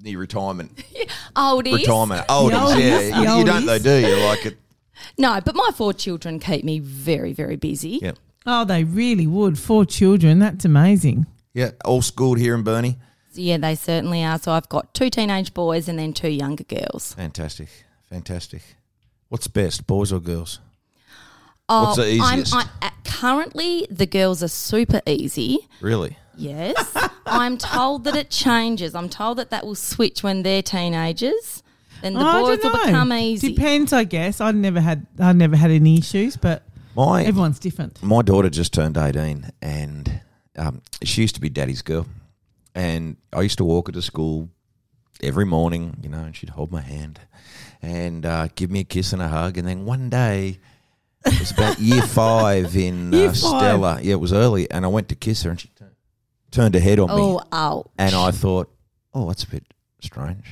B: the
C: <laughs>
B: retirement.
D: Oldies.
B: Retirement. Oldies,
C: oldies,
B: yeah. You,
C: the
B: you don't though,
C: oldies.
B: do you? Like it.
D: No, but my four children keep me very very busy.
B: Yeah.
C: Oh, they really would. Four children. That's amazing.
B: Yeah. All schooled here in Burnie.
D: Yeah, they certainly are. So I've got two teenage boys and then two younger girls.
B: Fantastic. Fantastic. What's best, boys or girls?
D: Oh,
B: What's the easiest?
D: I'm, I, uh, currently, the girls are super easy.
B: Really?
D: Yes. I'm told that it changes. I'm told that that will switch when they're teenagers. Then the
C: I
D: boys
C: don't
D: will
C: know.
D: become easy.
C: Depends, I guess. I never had. I never had any issues, but
B: My
C: everyone's different.
B: my daughter just turned 18 and um, she used to be daddy's girl and i used to walk her to school every morning you know and she'd hold my hand and uh, give me a kiss and a hug and then one day it was about
C: <laughs>
B: year five in
C: Year
B: uh,
C: five.
B: stella yeah it was early and i went to kiss her and she tu- turned her head on me
D: oh, ouch.
B: and I thought, oh, that's a bit strange.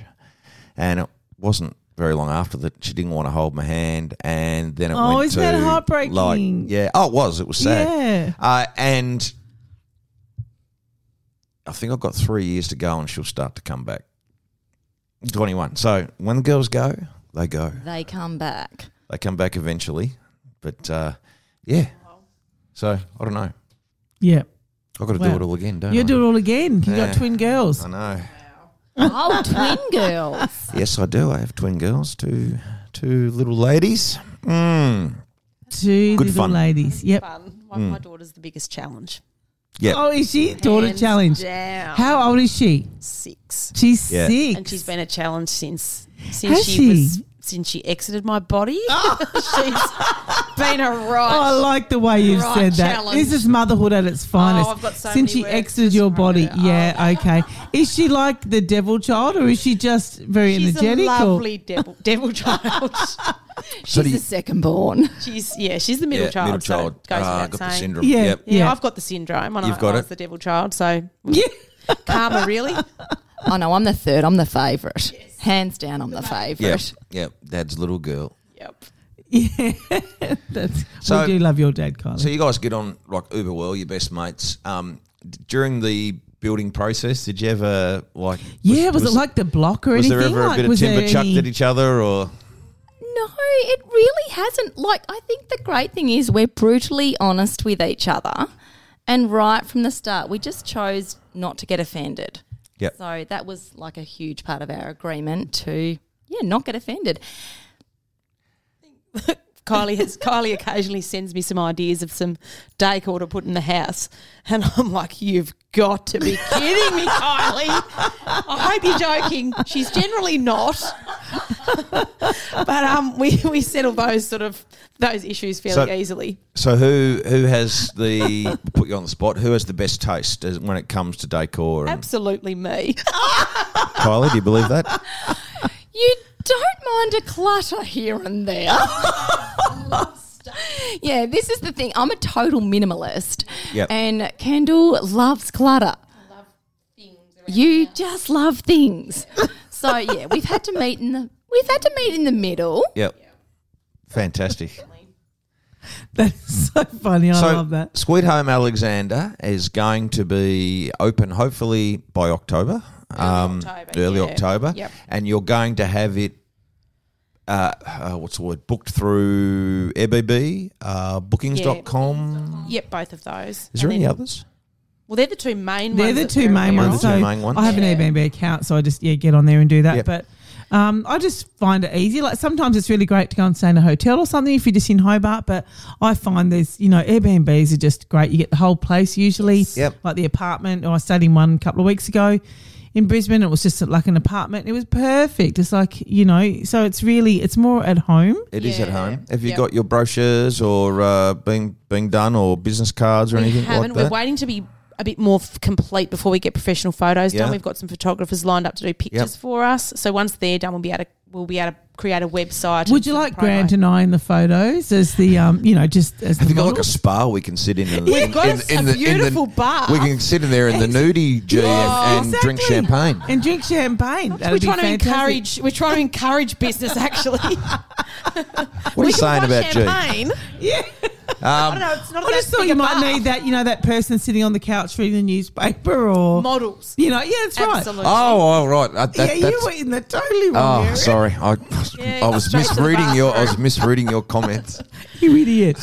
B: And it wasn't very long after that she didn't want to hold my hand, and then it
C: Oh,
B: went
C: isn't that
B: to,
C: heartbreaking?
B: Like, yeah, oh, it was. It was sad.
C: Yeah.
B: Uh, and I think I've got three years to go, and she'll start to come back. Twenty-one. So when the girls go, they go.
D: They come back.
B: They come back eventually, but uh, yeah. So I don't know.
C: Yeah.
B: I've got to
C: Wow.
B: do it all again, don't
C: You
B: I?
C: do it all again. You
B: Yeah.
C: got twin girls.
B: I know.
C: <laughs>
D: Oh, twin girls.
B: Yes, I do. I have twin girls, two two little ladies. Mm.
C: Two
B: Good
C: little
B: fun.
C: ladies. Yep.
E: Fun. My,
B: Mm.
E: my daughter's the biggest challenge.
B: Yeah.
C: Oh, is she daughter
E: Hands
C: challenge?
E: Down.
C: How old is she?
E: six,
C: She's
B: Yeah.
C: six.
E: and she's been a challenge since since
C: Has
E: she,
C: she?
E: was since she exited my body. <laughs> she's been a right.
C: Oh, I like the way you've
E: Right,
C: said that.
E: challenge. Oh,
C: This is motherhood at its finest.
E: I've got so
C: Since
E: many
C: she
E: words
C: exited
E: to
C: your
E: describe Oh.
C: body,
E: her.
C: yeah, okay. Is she like the devil child, or is she just very
E: She's
C: energetic?
E: a
C: or-
E: lovely devil, devil child. <laughs>
B: So do
D: She's
B: you-
D: the second born.
E: she's yeah, she's the middle
B: yeah,
E: child.
B: middle
E: so it
B: child. Ah,
E: goes
B: got
E: without
B: the
E: saying.
B: syndrome.
C: Yeah.
B: Yep.
E: Yeah,
C: Yeah.
E: I've got the syndrome, and
B: You've
E: I,
B: got
E: I
B: it.
E: was the devil child. So
C: <laughs> yeah.
E: karma, <laughs> really.
D: Oh no, I'm the third. I'm the favourite. Hands down, I'm the
B: Yeah,
D: favourite.
B: yeah. Dad's little girl.
E: yep.
C: yeah. That's,
B: So-
C: we do love your dad, Kylie.
B: So you guys get on like uber well, your best mates. Um, d- during the building process, did you ever like?
C: yeah, was, it like the block or
B: Was
C: anything?
B: there ever
C: like,
B: a bit of
C: was
B: timber
C: there
B: chucked
C: any-
B: at each other, or
D: No, it really hasn't. Like, I think the great thing is we're brutally honest with each other. And right from the start, we just chose not to get offended.
B: Yep.
D: So that was like a huge part of our agreement to, yeah, not get offended.
E: Kylie has Kylie occasionally sends me some ideas of some decor to put in the house, and I'm like, "You've got to be kidding me, Kylie! I hope you're joking." She's generally not, <laughs> but um, we we settle those sort of those issues fairly
B: So-
E: easily.
B: so? Who who has the <laughs> put you on the spot? Who has the best taste as- when it comes to decor? And
E: Absolutely me.
B: Kylie, do you believe that? <laughs>
D: You don't mind a clutter here and
B: <laughs>
D: there. yeah, this is the thing. I'm a total minimalist.
B: Yep.
D: And Kendall loves clutter. You just love things. so yeah, we've had to meet in the we've had to meet in the middle.
B: Yep. Fantastic.
C: <laughs> That's so funny. I
B: so,
C: love that.
B: Sweet Home Alexander is going to be open hopefully by October. Um,
E: October,
B: early
E: yeah.
B: October.
E: Yep.
B: And you're going to have it, uh, uh, what's the word, booked through Airbnb, uh, bookings.com.
E: Yep, both of those.
B: Is there
E: And
B: any
E: then-
B: others?
E: Well, they're the two main.
C: They're
E: ones
C: the
E: that
C: two
E: they're
C: main
E: aware
B: They're
C: ones.
B: the
E: of.
B: two
C: so
B: main ones.
C: I have
E: Yeah.
C: an Airbnb account, so I just yeah get on there and do that.
B: Yep.
C: But um, I just find it easy. Like sometimes it's really great to go and stay in a hotel or something if you're just in Hobart. But I find there's you know Airbnbs are just great. You get the whole place usually.
B: Yep.
C: Like the apartment. Or I stayed in one a couple of weeks ago. In Brisbane, it was just like an apartment. It was perfect. It's like you know, so it's really it's more at home.
B: It is at
E: Yeah.
B: home. Have you
E: Yep.
B: got your brochures or uh, being being done or business cards or
E: We
B: anything
E: haven't.
B: like that?
E: We're waiting to be a bit more f- complete before we get professional photos
B: Yeah.
E: done. We've got some photographers lined up to do pictures for us. So once they're done, we'll be able to we'll be able to create a website. and
C: Would you
E: some
C: like
E: promo.
C: Grant and I in the photos as the um you know just as
B: Have
C: the
B: you got like a
C: models?
B: spa we can sit in? in
E: We've
B: in,
E: got
B: in,
E: a beautiful bar.
B: We can sit in there in the nudie G
C: Yeah,
B: and, and drink
C: exactly.
B: champagne.
C: and drink champagne.
E: we're
C: That'd be
E: trying to
C: fantastic.
E: encourage. We're trying to encourage business. Actually,
B: <laughs> What are you saying about
E: champagne.
C: Yeah.
B: G? Um,
E: No, it's not.
C: I just thought you might need that, you know, that person sitting on the couch reading the newspaper or,
E: models.
C: you know, yeah, that's
E: Absolutely.
C: right.
B: oh, all right. Uh, that,
C: yeah, you
B: that's-
C: were in the totally wrong
B: Oh,
C: area.
B: sorry. I,
E: Yeah,
B: I was
E: straight to the
B: misreading your. I was misreading your comments.
C: You
E: <laughs>
C: idiot.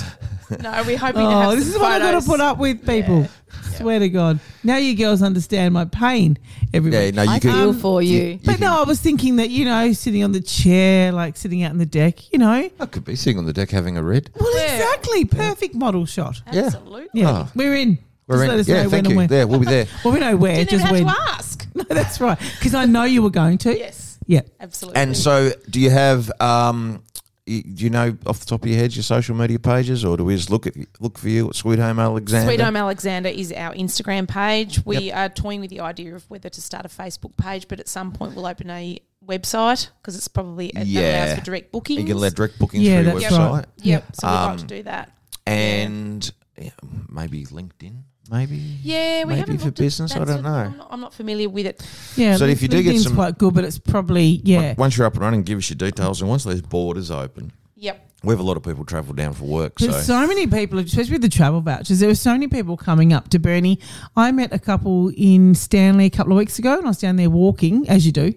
E: No, we're hoping to have
C: Oh, this
E: some
C: is what I've got to
E: photos.
C: put up with, people. Swear to God. Now you girls understand my pain, everybody.
B: Yeah, no, you
D: I
B: could.
D: feel for you.
C: but no, I was thinking that, you know, sitting on the chair, like sitting out on the deck, you know.
B: I could be sitting on the deck having a read.
C: Well,
E: Yeah.
C: exactly. Perfect model shot.
B: Yeah.
E: Absolutely.
C: Yeah.
B: Oh.
C: We're in.
B: We're
C: Just
B: in.
C: let us
B: yeah,
C: know when
B: thank
C: and
B: you.
C: where.
B: There, we'll be there.
C: Well, we know where,
E: Didn't
C: just
E: even
C: when.
E: have
C: <laughs>
E: to ask.
C: No, that's right. Because I know you were going to.
E: Yes.
C: Yeah.
E: Absolutely.
B: And so, do you have? Um, y- do you know off the top of your head your social media pages, or do we just look at look for you at Sweet Home Alexander?
E: Sweet Home Alexander is our Instagram page. We are toying with the idea of whether to start a Facebook page, but at some point we'll open a website because it's probably it
B: Yeah.
E: allows for direct bookings.
B: You can let direct bookings
C: Yeah,
B: through your
C: that's
B: website
C: right.
E: yep. So we'd
B: Um,
E: like to do that.
B: and yeah, maybe LinkedIn, maybe.
E: Yeah, we
B: maybe
E: haven't
B: for
E: looked at-
B: business, I
E: that's
B: don't
E: a-
B: know.
E: I'm not, I'm not familiar with it.
C: Yeah,
B: So if you do get
C: LinkedIn's
B: some-
C: quite good, but it's probably yeah.
B: Once you're up and running, give us your details, and once those borders open,
E: Yep.
B: we have a lot of people travel down for work. So,
C: There's so many people, especially with the travel vouchers. There were so many people coming up to Bernie. I met a couple in Stanley a couple of weeks ago, and I was down there walking, as you do.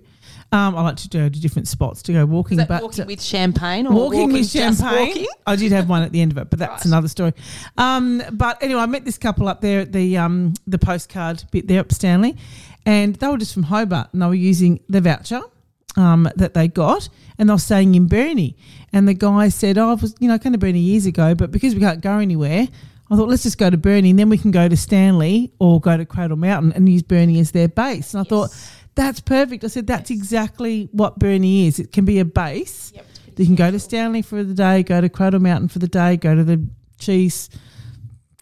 C: Um, I like to go to different spots to go walking,
E: Is that
C: but
E: walking with champagne or
C: walking, with
E: just
C: champagne.
E: walking?
C: I did have one at the end of it, but that's another story. Um, but anyway, I met this couple up there at the um, the postcard bit there up Stanley, and they were just from Hobart, and they were using the voucher um, that they got, and they were staying in Burnie. And the guy said, "Oh, I was you know kind of Burnie years ago, but because we can't go anywhere." I thought, let's just go to Burnie and then we can go to Stanley or go to Cradle Mountain and use Burnie as their base. And I thought, that's perfect. I said, that's exactly what Burnie is. It can be a base you can go to Stanley for the day, go to Cradle Mountain for the day, go to the cheese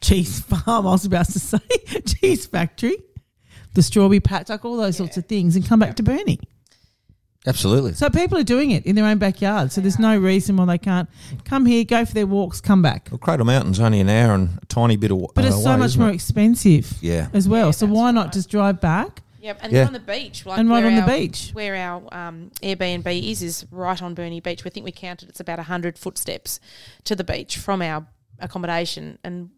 C: cheese <laughs> farm. I was about to say <laughs> cheese factory, the strawberry patch, like all those sorts of things, and come back to Burnie.
B: Absolutely.
C: So people are doing it in their own backyard. So there's no reason why they can't come here, go for their walks, come back.
B: Well, Cradle Mountain's only an hour and a tiny bit of. uh,
C: But it's so much more expensive
B: Yeah.
C: as well.
E: Yeah,
C: so
E: that's
C: why not
E: right.
C: just drive back
E: Yep, and
B: Yeah.
E: on the beach. Like
C: and ride
E: where
C: on the
E: our-
C: beach?
E: Where our um, Airbnb is is right on Burnie Beach. We think we counted it's about hundred footsteps to the beach from our accommodation, and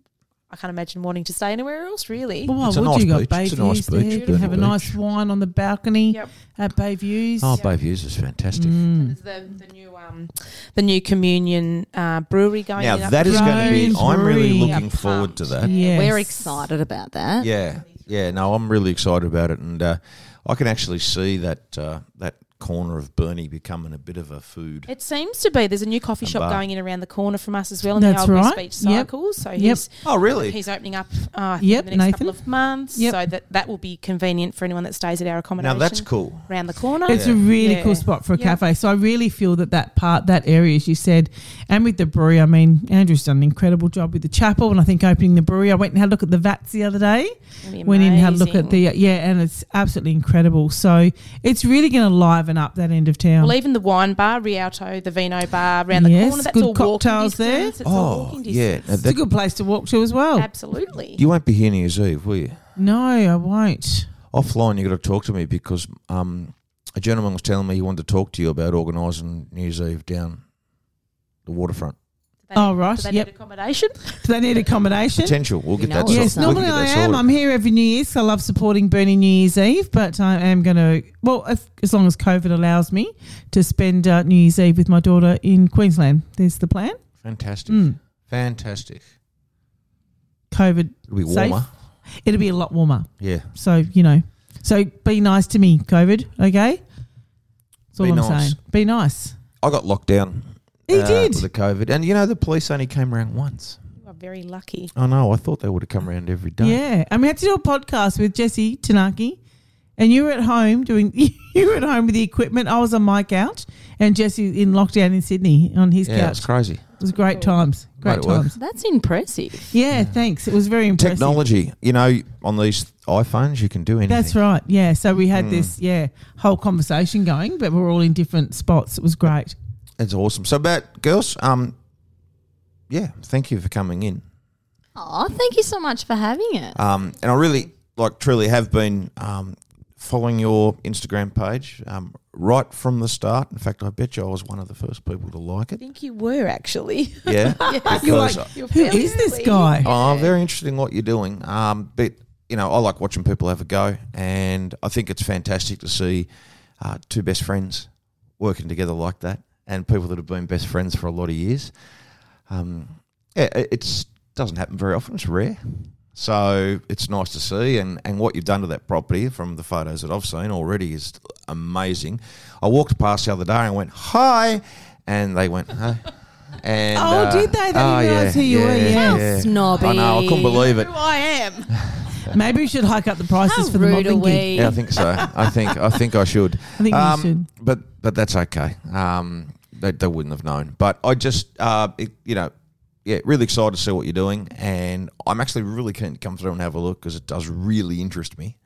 E: I can't imagine wanting to stay anywhere else really.
C: Well, why
B: It's a
C: would
B: nice
C: you go
B: beach.
C: bay
B: It's a nice
C: views there?
B: beach,
C: You can have a
B: beautiful
C: nice
B: beach.
C: wine on the balcony
E: Yep.
C: at Bay Views.
B: Oh, Bay Views is fantastic.
C: Mm.
E: There's the, the new um, the new communion uh, brewery going.
B: Now
E: in up
B: that is going to be.
C: Rose
B: I'm really
C: Brewing.
B: looking forward to that.
C: Yes.
D: We're excited about that.
B: Yeah, yeah. No, I'm really excited about it, and uh, I can actually see that uh, that corner of Burnie becoming a bit of a food.
E: It seems to be. There's a new coffee
B: And
E: shop
B: bar.
E: going in around the corner from us as well in
C: That's
E: the old West
C: right.
E: Beach
C: Yep.
E: Cycle. So he's
B: oh, really?
E: he's opening up uh, I think
C: Yep,
E: in the next
C: Nathan.
E: couple of months.
C: Yep.
E: So that, that will be convenient for anyone that stays at our
B: Now
E: accommodation.
B: that's cool.
E: Around the corner.
C: It's a really
E: Yeah.
C: cool spot for a
E: Yeah.
C: cafe. So I really feel that that part, that area, as you said, and with the brewery, I mean, Andrew's done an incredible job with the chapel, and I think opening the brewery. I went and had a look at the vats the other day.
E: It'll be
C: Went in and had a look at
E: amazing.
C: the yeah, and it's absolutely incredible. So it's really going to liven up that end of town.
E: Well, even the wine bar, Rialto, the Vino bar around the
C: um, Yes,
E: corner. That's
C: good
E: all
C: cocktails
E: walking
C: there. Oh.
E: distance. It's all
B: Oh,
E: walking
B: yeah.
E: distance.
B: Now
C: it's a
B: that-
C: good place to walk to as well.
E: Absolutely.
B: you won't be here New Year's Eve, will you?
C: No, I won't.
B: Offline, you got to talk to me because um, a gentleman was telling me he wanted to talk to you about organising New Year's Eve down the waterfront.
E: They
C: Oh,
E: need-
C: right,
E: Do they
C: yep.
E: need accommodation?
C: Do they need accommodation?
B: Potential. We'll
D: You
B: get
D: know
B: that.
D: it.
B: sort-
C: Yes,
D: Awesome.
B: we can
C: normally
B: get
C: I
B: that
C: am.
B: sorted.
C: I'm here every New Year's. 'cause I love supporting Burning New Year's Eve, but I am going to, well, if, as long as COVID allows me to spend uh, New Year's Eve with my daughter in Queensland. There's the plan.
B: Fantastic.
C: Mm.
B: Fantastic.
C: COVID,
B: It'll be
C: Safe.
B: warmer.
C: it'll be a lot warmer.
B: Yeah.
C: So, you know, so be nice to me, COVID, okay? That's all
B: Be
C: I'm
B: nice.
C: saying. Be nice.
B: I got locked down.
C: He
B: uh,
C: did.
B: With the COVID. And you know, the police only came around once.
E: You are very lucky.
B: I know. I thought they would have come around every day.
C: Yeah. And we had to do a podcast with Jesse Tanaki. And you were at home doing, <laughs> you were at home with the equipment. I was on my couch and Jesse in lockdown in Sydney on his
B: Yeah,
C: couch.
B: it's crazy.
C: It was great times. Great
B: Great work.
C: times.
D: That's impressive.
C: Yeah, thanks. It was very impressive.
B: Technology, you know, on these iPhones, you can do anything.
C: That's right. Yeah. So we
B: Hmm.
C: had this, yeah, whole conversation going, but we're all in different spots. It was great.
B: It's awesome. So, but girls, um, yeah, thank you for coming in.
D: Oh, thank you so much for having it.
B: Um, and I really, like, truly have been um, following your Instagram page um, right from the start. In fact, I bet you I was one of the first people to like
E: I <laughs>
B: it.
E: think you
C: <laughs>
E: were actually.
B: Yeah,
E: You're
B: because
E: like, you're
C: Who
E: fairly
C: is this
E: early.
C: guy?
B: Oh, very interesting what you're doing. Um, but you know, I like watching people have a go, and I think it's fantastic to see uh, two best friends working together like that, and people that have been best friends for a lot of years. Um, yeah, it it's, doesn't happen very often. It's rare. So it's nice to see, and, and what you've done to that property from the photos that I've seen already is amazing. I walked past the other day and went hi, and they went huh. <laughs> And,
C: Oh,
B: uh,
C: did they? They didn't realise who you were, yeah.
D: How snobby.
B: I know. I couldn't believe
C: <laughs>
B: it.
E: I am.
C: Maybe we should hike up the prices
D: How
C: for the
D: rude are
C: modeling
D: we?
C: gig.
B: Yeah, I think so. I think I think I should.
C: I think you
B: um,
C: should.
B: But but that's okay. Um, they, they wouldn't have known. But I just uh, it, you know, yeah, really excited to see what you're doing, and I'm actually really keen to come through and have a look because it does really interest me.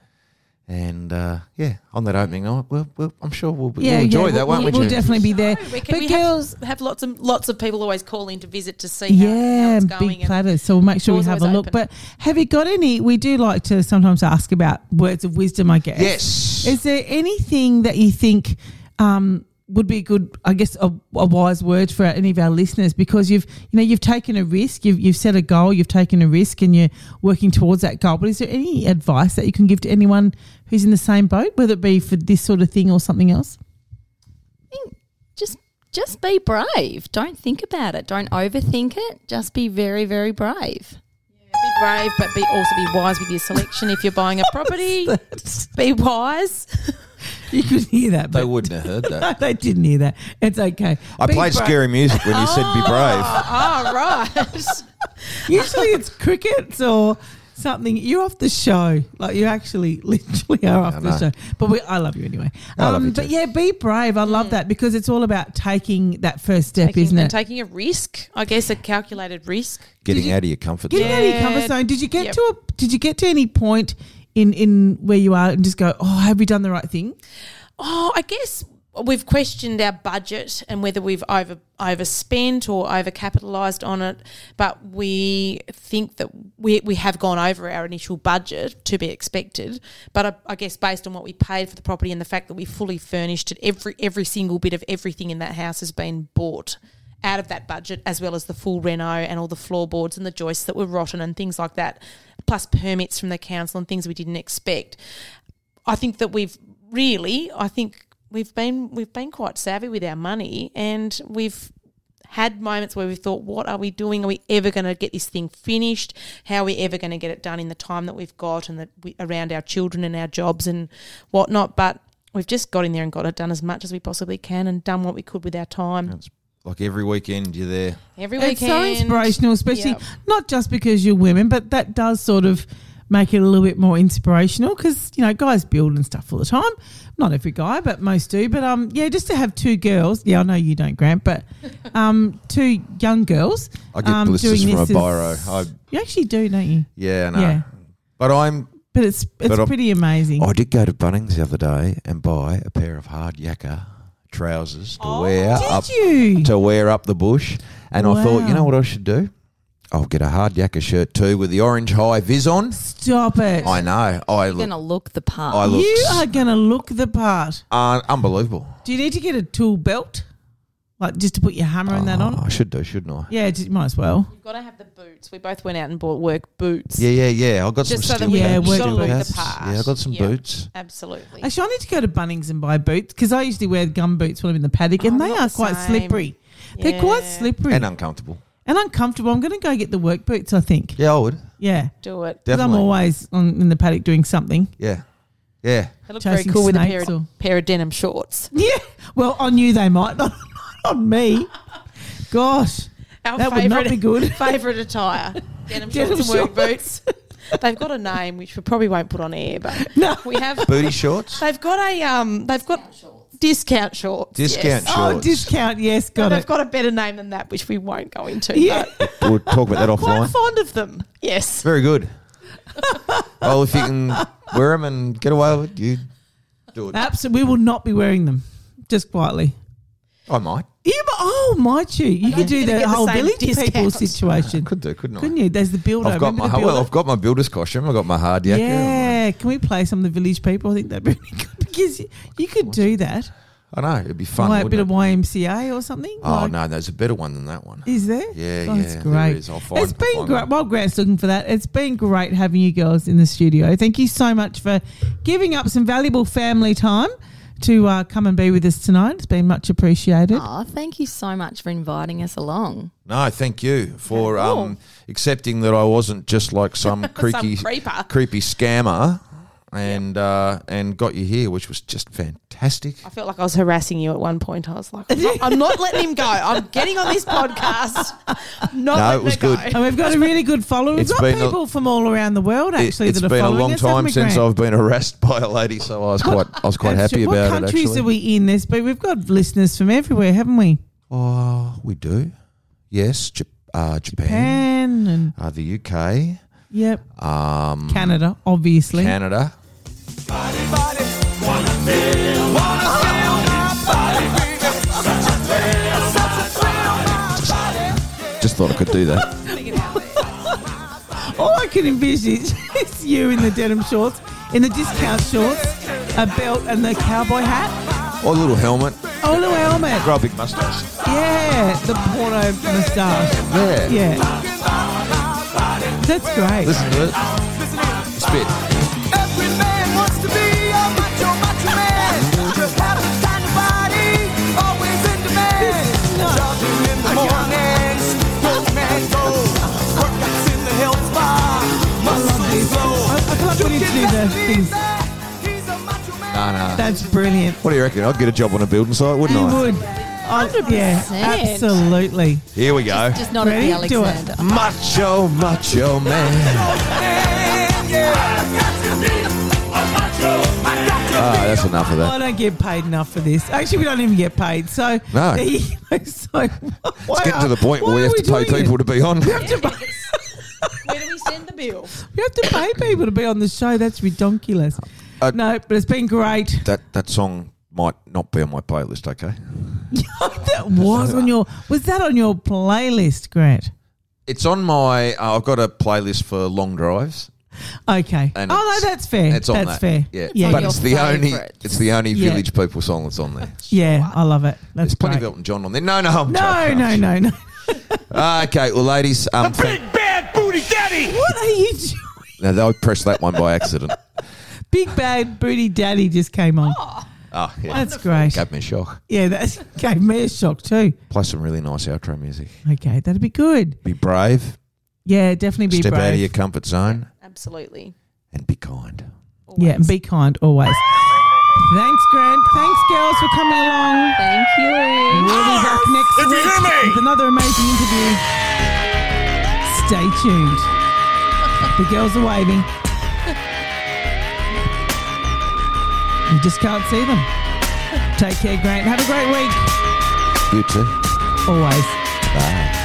B: And uh, yeah, on that opening night, well, well I'm sure we'll, be- we'll enjoy that,
C: we'll,
B: won't we?
C: We'll
B: June?
C: definitely be there.
E: We, can,
C: But
E: we
C: girls,
E: have, have lots of lots of people always call in to visit to see how, how
C: yeah,
E: it's going.
C: big platters. So we'll make sure we
E: Doors
C: have a
E: always
C: look.
E: open.
C: But have you got any? We do like to sometimes ask about words of wisdom. I guess.
B: Yes.
C: Is there anything that you think um, would be a good, I guess, a, a wise word for any of our listeners? Because you've, you know, you've taken a risk, you've, you've set a goal, you've taken a risk, and you're working towards that goal. But is there any advice that you can give to anyone who's in the same boat, whether it be for this sort of thing or something else? <laughs>
D: just be brave. Don't think about it. Don't overthink it. Just be very, very brave.
E: Be brave, but be also be wise with your selection. If you're
C: <laughs>
E: buying a property, be wise.
C: You could hear that,
B: They
C: <laughs> but
B: wouldn't have heard that.
C: they didn't hear that. It's okay.
B: <laughs> I
C: Be Oh,
B: played
C: brave.
B: scary music when you
C: <laughs>
B: said be brave.
E: Ah, All right. <laughs>
C: Usually it's crickets or something. You're off the show. Like you actually <laughs> literally are off
B: I
C: the
B: know.
C: show. But we, I love you anyway. Um,
B: I love you
C: but
B: too.
C: yeah, be brave. I love that because it's all about taking that first step,
E: Mm. Taking,
C: isn't
E: and
C: it?
E: taking a risk, I guess a calculated risk.
B: Getting
C: Did you-
B: out of your comfort
C: Getting
B: zone.
C: out of your
E: Yeah.
C: comfort zone. Did you get
E: Yep.
C: to a? Did you get to any point in in where you are and just go, oh, have we done the right thing?
E: Oh, I guess we've questioned our budget and whether we've over overspent or overcapitalized on it, but we think that we we have gone over our initial budget to be expected. But I, I guess based on what we paid for the property and the fact that we fully furnished it, every every single bit of everything in that house has been bought out of that budget, as well as the full reno and all the floorboards and the joists that were rotten and things like that, plus permits from the council and things we didn't expect. I think that we've really, I think we've been we've been quite savvy with our money, and we've had moments where we thought, "What are we doing? Are we ever going to get this thing finished? How are we ever going to get it done in the time that we've got and that we, around our children and our jobs and whatnot?" But we've just got in there and got it done as much as we possibly can, and done what we could with our time
B: It's like every weekend you're there.
E: every
C: It's
E: weekend.
C: so inspirational, especially
E: Yep.
C: not just because you're women, but that does sort of make it a little bit more inspirational because you know guys build and stuff all the time. Not every guy, but most do. But um, yeah, just to have two girls. Yeah, I know you don't, Grant, but um, two young girls.
B: I get
C: um,
B: blisters
C: doing
B: from a
C: this is-
B: biro. I,
C: You actually do, don't you?
B: yeah, I know.
C: Yeah.
B: But I'm.
C: But it's it's
B: But I-
C: pretty amazing.
B: I did go to Bunnings the other day and buy a pair of hard yakka trousers to wear up
C: Oh, Did you?
B: to wear up the bush. And I thought, you
C: Wow.
B: know what I should do? I'll get a hard yakka shirt too with the orange high vis on.
C: Stop it!
B: I know. I
D: You're
B: look
D: going to look the part.
B: I look
C: you are gonna look the part.
B: uh, unbelievable.
C: Do you need to get a tool belt, like just to put your hammer and that
B: Oh,
C: on?
B: I should do, shouldn't I?
C: Yeah, just, might as well.
E: We've got to have the boots. We both went out and bought work boots.
B: Yeah, yeah, yeah. I got some
E: Just so that
B: steel
C: we- Yeah,
B: caps,
C: we're
B: steel
C: gonna look the
B: caps.
E: part.
B: Yeah, I got some
E: Yeah.
B: boots.
E: absolutely.
C: Actually, I need to go to Bunnings and buy boots because I usually wear gum boots when I'm in the paddock,
E: Oh,
C: and they
E: not
C: are
E: the
C: quite
E: same.
C: slippery. They're quite
E: Yeah.
C: slippery
B: And uh,
C: and,
B: uncomfortable.
C: uncomfortable. I'm going to go get the work boots. I think.
B: Yeah, I would.
C: Yeah,
E: Do it.
C: because
B: Definitely.
C: I'm always on, in the paddock doing something.
B: Yeah. Yeah.
E: They look very
C: Chasing
E: cool with a pair
C: snakes
E: of,
C: or- <laughs>
E: pair of denim shorts.
C: Yeah. Well, on you they might, <laughs> not on me. Gosh,
E: Our
C: that would
E: favourite,
C: not be
E: <laughs>
C: good.
E: favourite attire. Denim shorts
C: Denim
E: and work boots. They've got a name which we probably won't put on air, but
C: <laughs> No.
E: we have.
B: Booty
C: <laughs>
B: shorts.
E: They've got a um. They've got discount shorts.
B: Discount <laughs>
C: Oh,
B: shorts.
C: discount. Yes,
E: But
C: got
E: they've
C: it.
E: got a better name than that, which we won't go into.
C: Yeah.
E: but
B: we'll talk
C: <laughs>
B: about that
E: quite
B: offline.
E: fond of them. Yes.
B: Very good. well, if you can wear them and get away with it, you do it.
C: Absolutely, we will not be wearing them. Just quietly.
B: I might.
C: Yeah, but oh, might you? You could do
E: think you
C: the
E: get the
C: whole
E: same
C: village people <laughs>
E: discount.
C: situation,
B: Could do, couldn't I?
C: couldn't you? There's the builder.
B: I've got
C: Remember
B: my
C: the
B: well,
C: builder?
B: I've got my builder's costume. I've got my hard yakka.
C: Yeah, can we play some of the village people? I think that'd be really <laughs> good because you, you could do that.
B: I know it'd be fun.
C: like a
B: wouldn't
C: bit of
B: it?
C: YMCA or something.
B: oh
C: like-
B: no, there's a better one than that one.
C: Is there?
B: Yeah,
C: oh,
B: yeah,
C: It's
B: there
C: great.
B: is. I'll find-
C: it's
B: I'll
C: been
B: find
C: great.
B: it.
C: While Grant's looking for that, it's been great having you girls in the studio. Thank you so much for giving up some valuable family time to uh, come and be with us tonight. It's been much appreciated.
D: Aw, Ah, thank you so much for inviting us along.
B: No, thank you for um, accepting that I wasn't just like
C: <laughs>
B: some creaky,
E: creeper.
B: creepy scammer, and uh, and got you here, which was just fantastic.
E: I felt like I was harassing you at one point. I was like, I'm not, I'm not letting him go. I'm getting on
C: <laughs>
E: this podcast. I'm
B: No,
E: Not
B: it
E: letting
B: was
E: her go.
B: good.
C: And we've got a really good following. We've
B: It's
C: got
B: been a-
C: people from all around the world actually
B: it, has
C: that are
B: been a
C: following
B: long
C: us, haven't
B: time
C: we,
B: since
C: Grant?
B: I've been harassed by a lady, so I was quite I was quite
C: That's
B: happy
C: true.
B: about
C: What
B: it.
C: countries
B: Actually,
C: are we in this? But we've got listeners from everywhere, haven't we?
B: oh, we do. Yes, Jap- uh, Japan,
C: Japan and
B: Uh, the UK,
C: yep,
B: um,
C: Canada, obviously.
B: Canada. Just thought I could do that.
C: All I can envisage <laughs> is you in the denim shorts, in the discount shorts, a belt, and the cowboy hat.
B: Or a little helmet.
C: Oh, little helmet.
B: Grow a big mustache.
C: Yeah, the porno moustache.
B: Yeah.
C: Yeah, that's great.
B: Listen to it. It's a bit. uh,
F: Every man wants to be a macho, macho man. Just haven't found nobody, always in demand.
C: That's, things-
B: No, no.
C: that's brilliant.
B: What do you reckon? I'd get a job on a building site, wouldn't
C: You
B: I?
C: would. Oh, yeah,
D: 100%.
C: absolutely.
B: Here we go.
D: Just not
C: Ready?
D: at the
C: Do it.
D: Alexander.
B: Macho, macho man. Ah, that's enough of
C: I
B: that.
C: don't get paid enough for this. Actually, we don't even get paid. So
B: No.
C: there you go. <laughs> So why
B: It's getting
C: are-
B: to the point
C: why
B: where we
C: are
B: have to pay
C: doing it?
B: people to be on.
C: We have to pay-
E: Where do we send the bill?
C: we have to pay people to be on the show. That's ridiculous.
B: Uh,
C: no, but it's been great.
B: That that song might not be on my playlist. Okay,
C: that was on your was that on your playlist, Grant?
B: it's on my. Uh, I've got a playlist for long drives.
C: Okay.
B: And
C: oh no,
B: it's-
C: that's fair.
B: It's on
C: that's
B: that.
C: fair.
B: Yeah,
C: yeah,
B: but
D: your
B: it's the only.
D: favourites.
B: It's the only
C: Yeah.
B: Village People song that's on there.
C: yeah. I love it. That's
B: There's plenty
C: great.
B: of Elton John on there. No, no, I'm
C: No,
B: joking. Ah,
C: no, no, <laughs> no.
B: Okay, well, ladies,
C: <laughs>
B: um, thank-
C: What are you doing?
B: no, they pressed that one by accident.
C: Big Bad Booty Daddy just came on.
B: Oh, yeah.
C: that's great.
B: Gave me a shock.
C: Yeah, that <laughs> gave me a shock too.
B: Play some really nice outro music.
C: Okay, that'd be good.
B: Be brave.
C: Yeah, definitely be
B: step out of
C: brave.
B: your comfort zone
E: Absolutely.
B: and be kind.
C: yeah, and be kind always. Thanks, Grant. Thanks, girls, for coming along.
D: Thank you.
C: We'll be back next week with another amazing interview. Stay tuned. The girls are waving. You just can't see them. Take care, Grant. Have a great week.
B: You too.
C: Always.
B: Bye.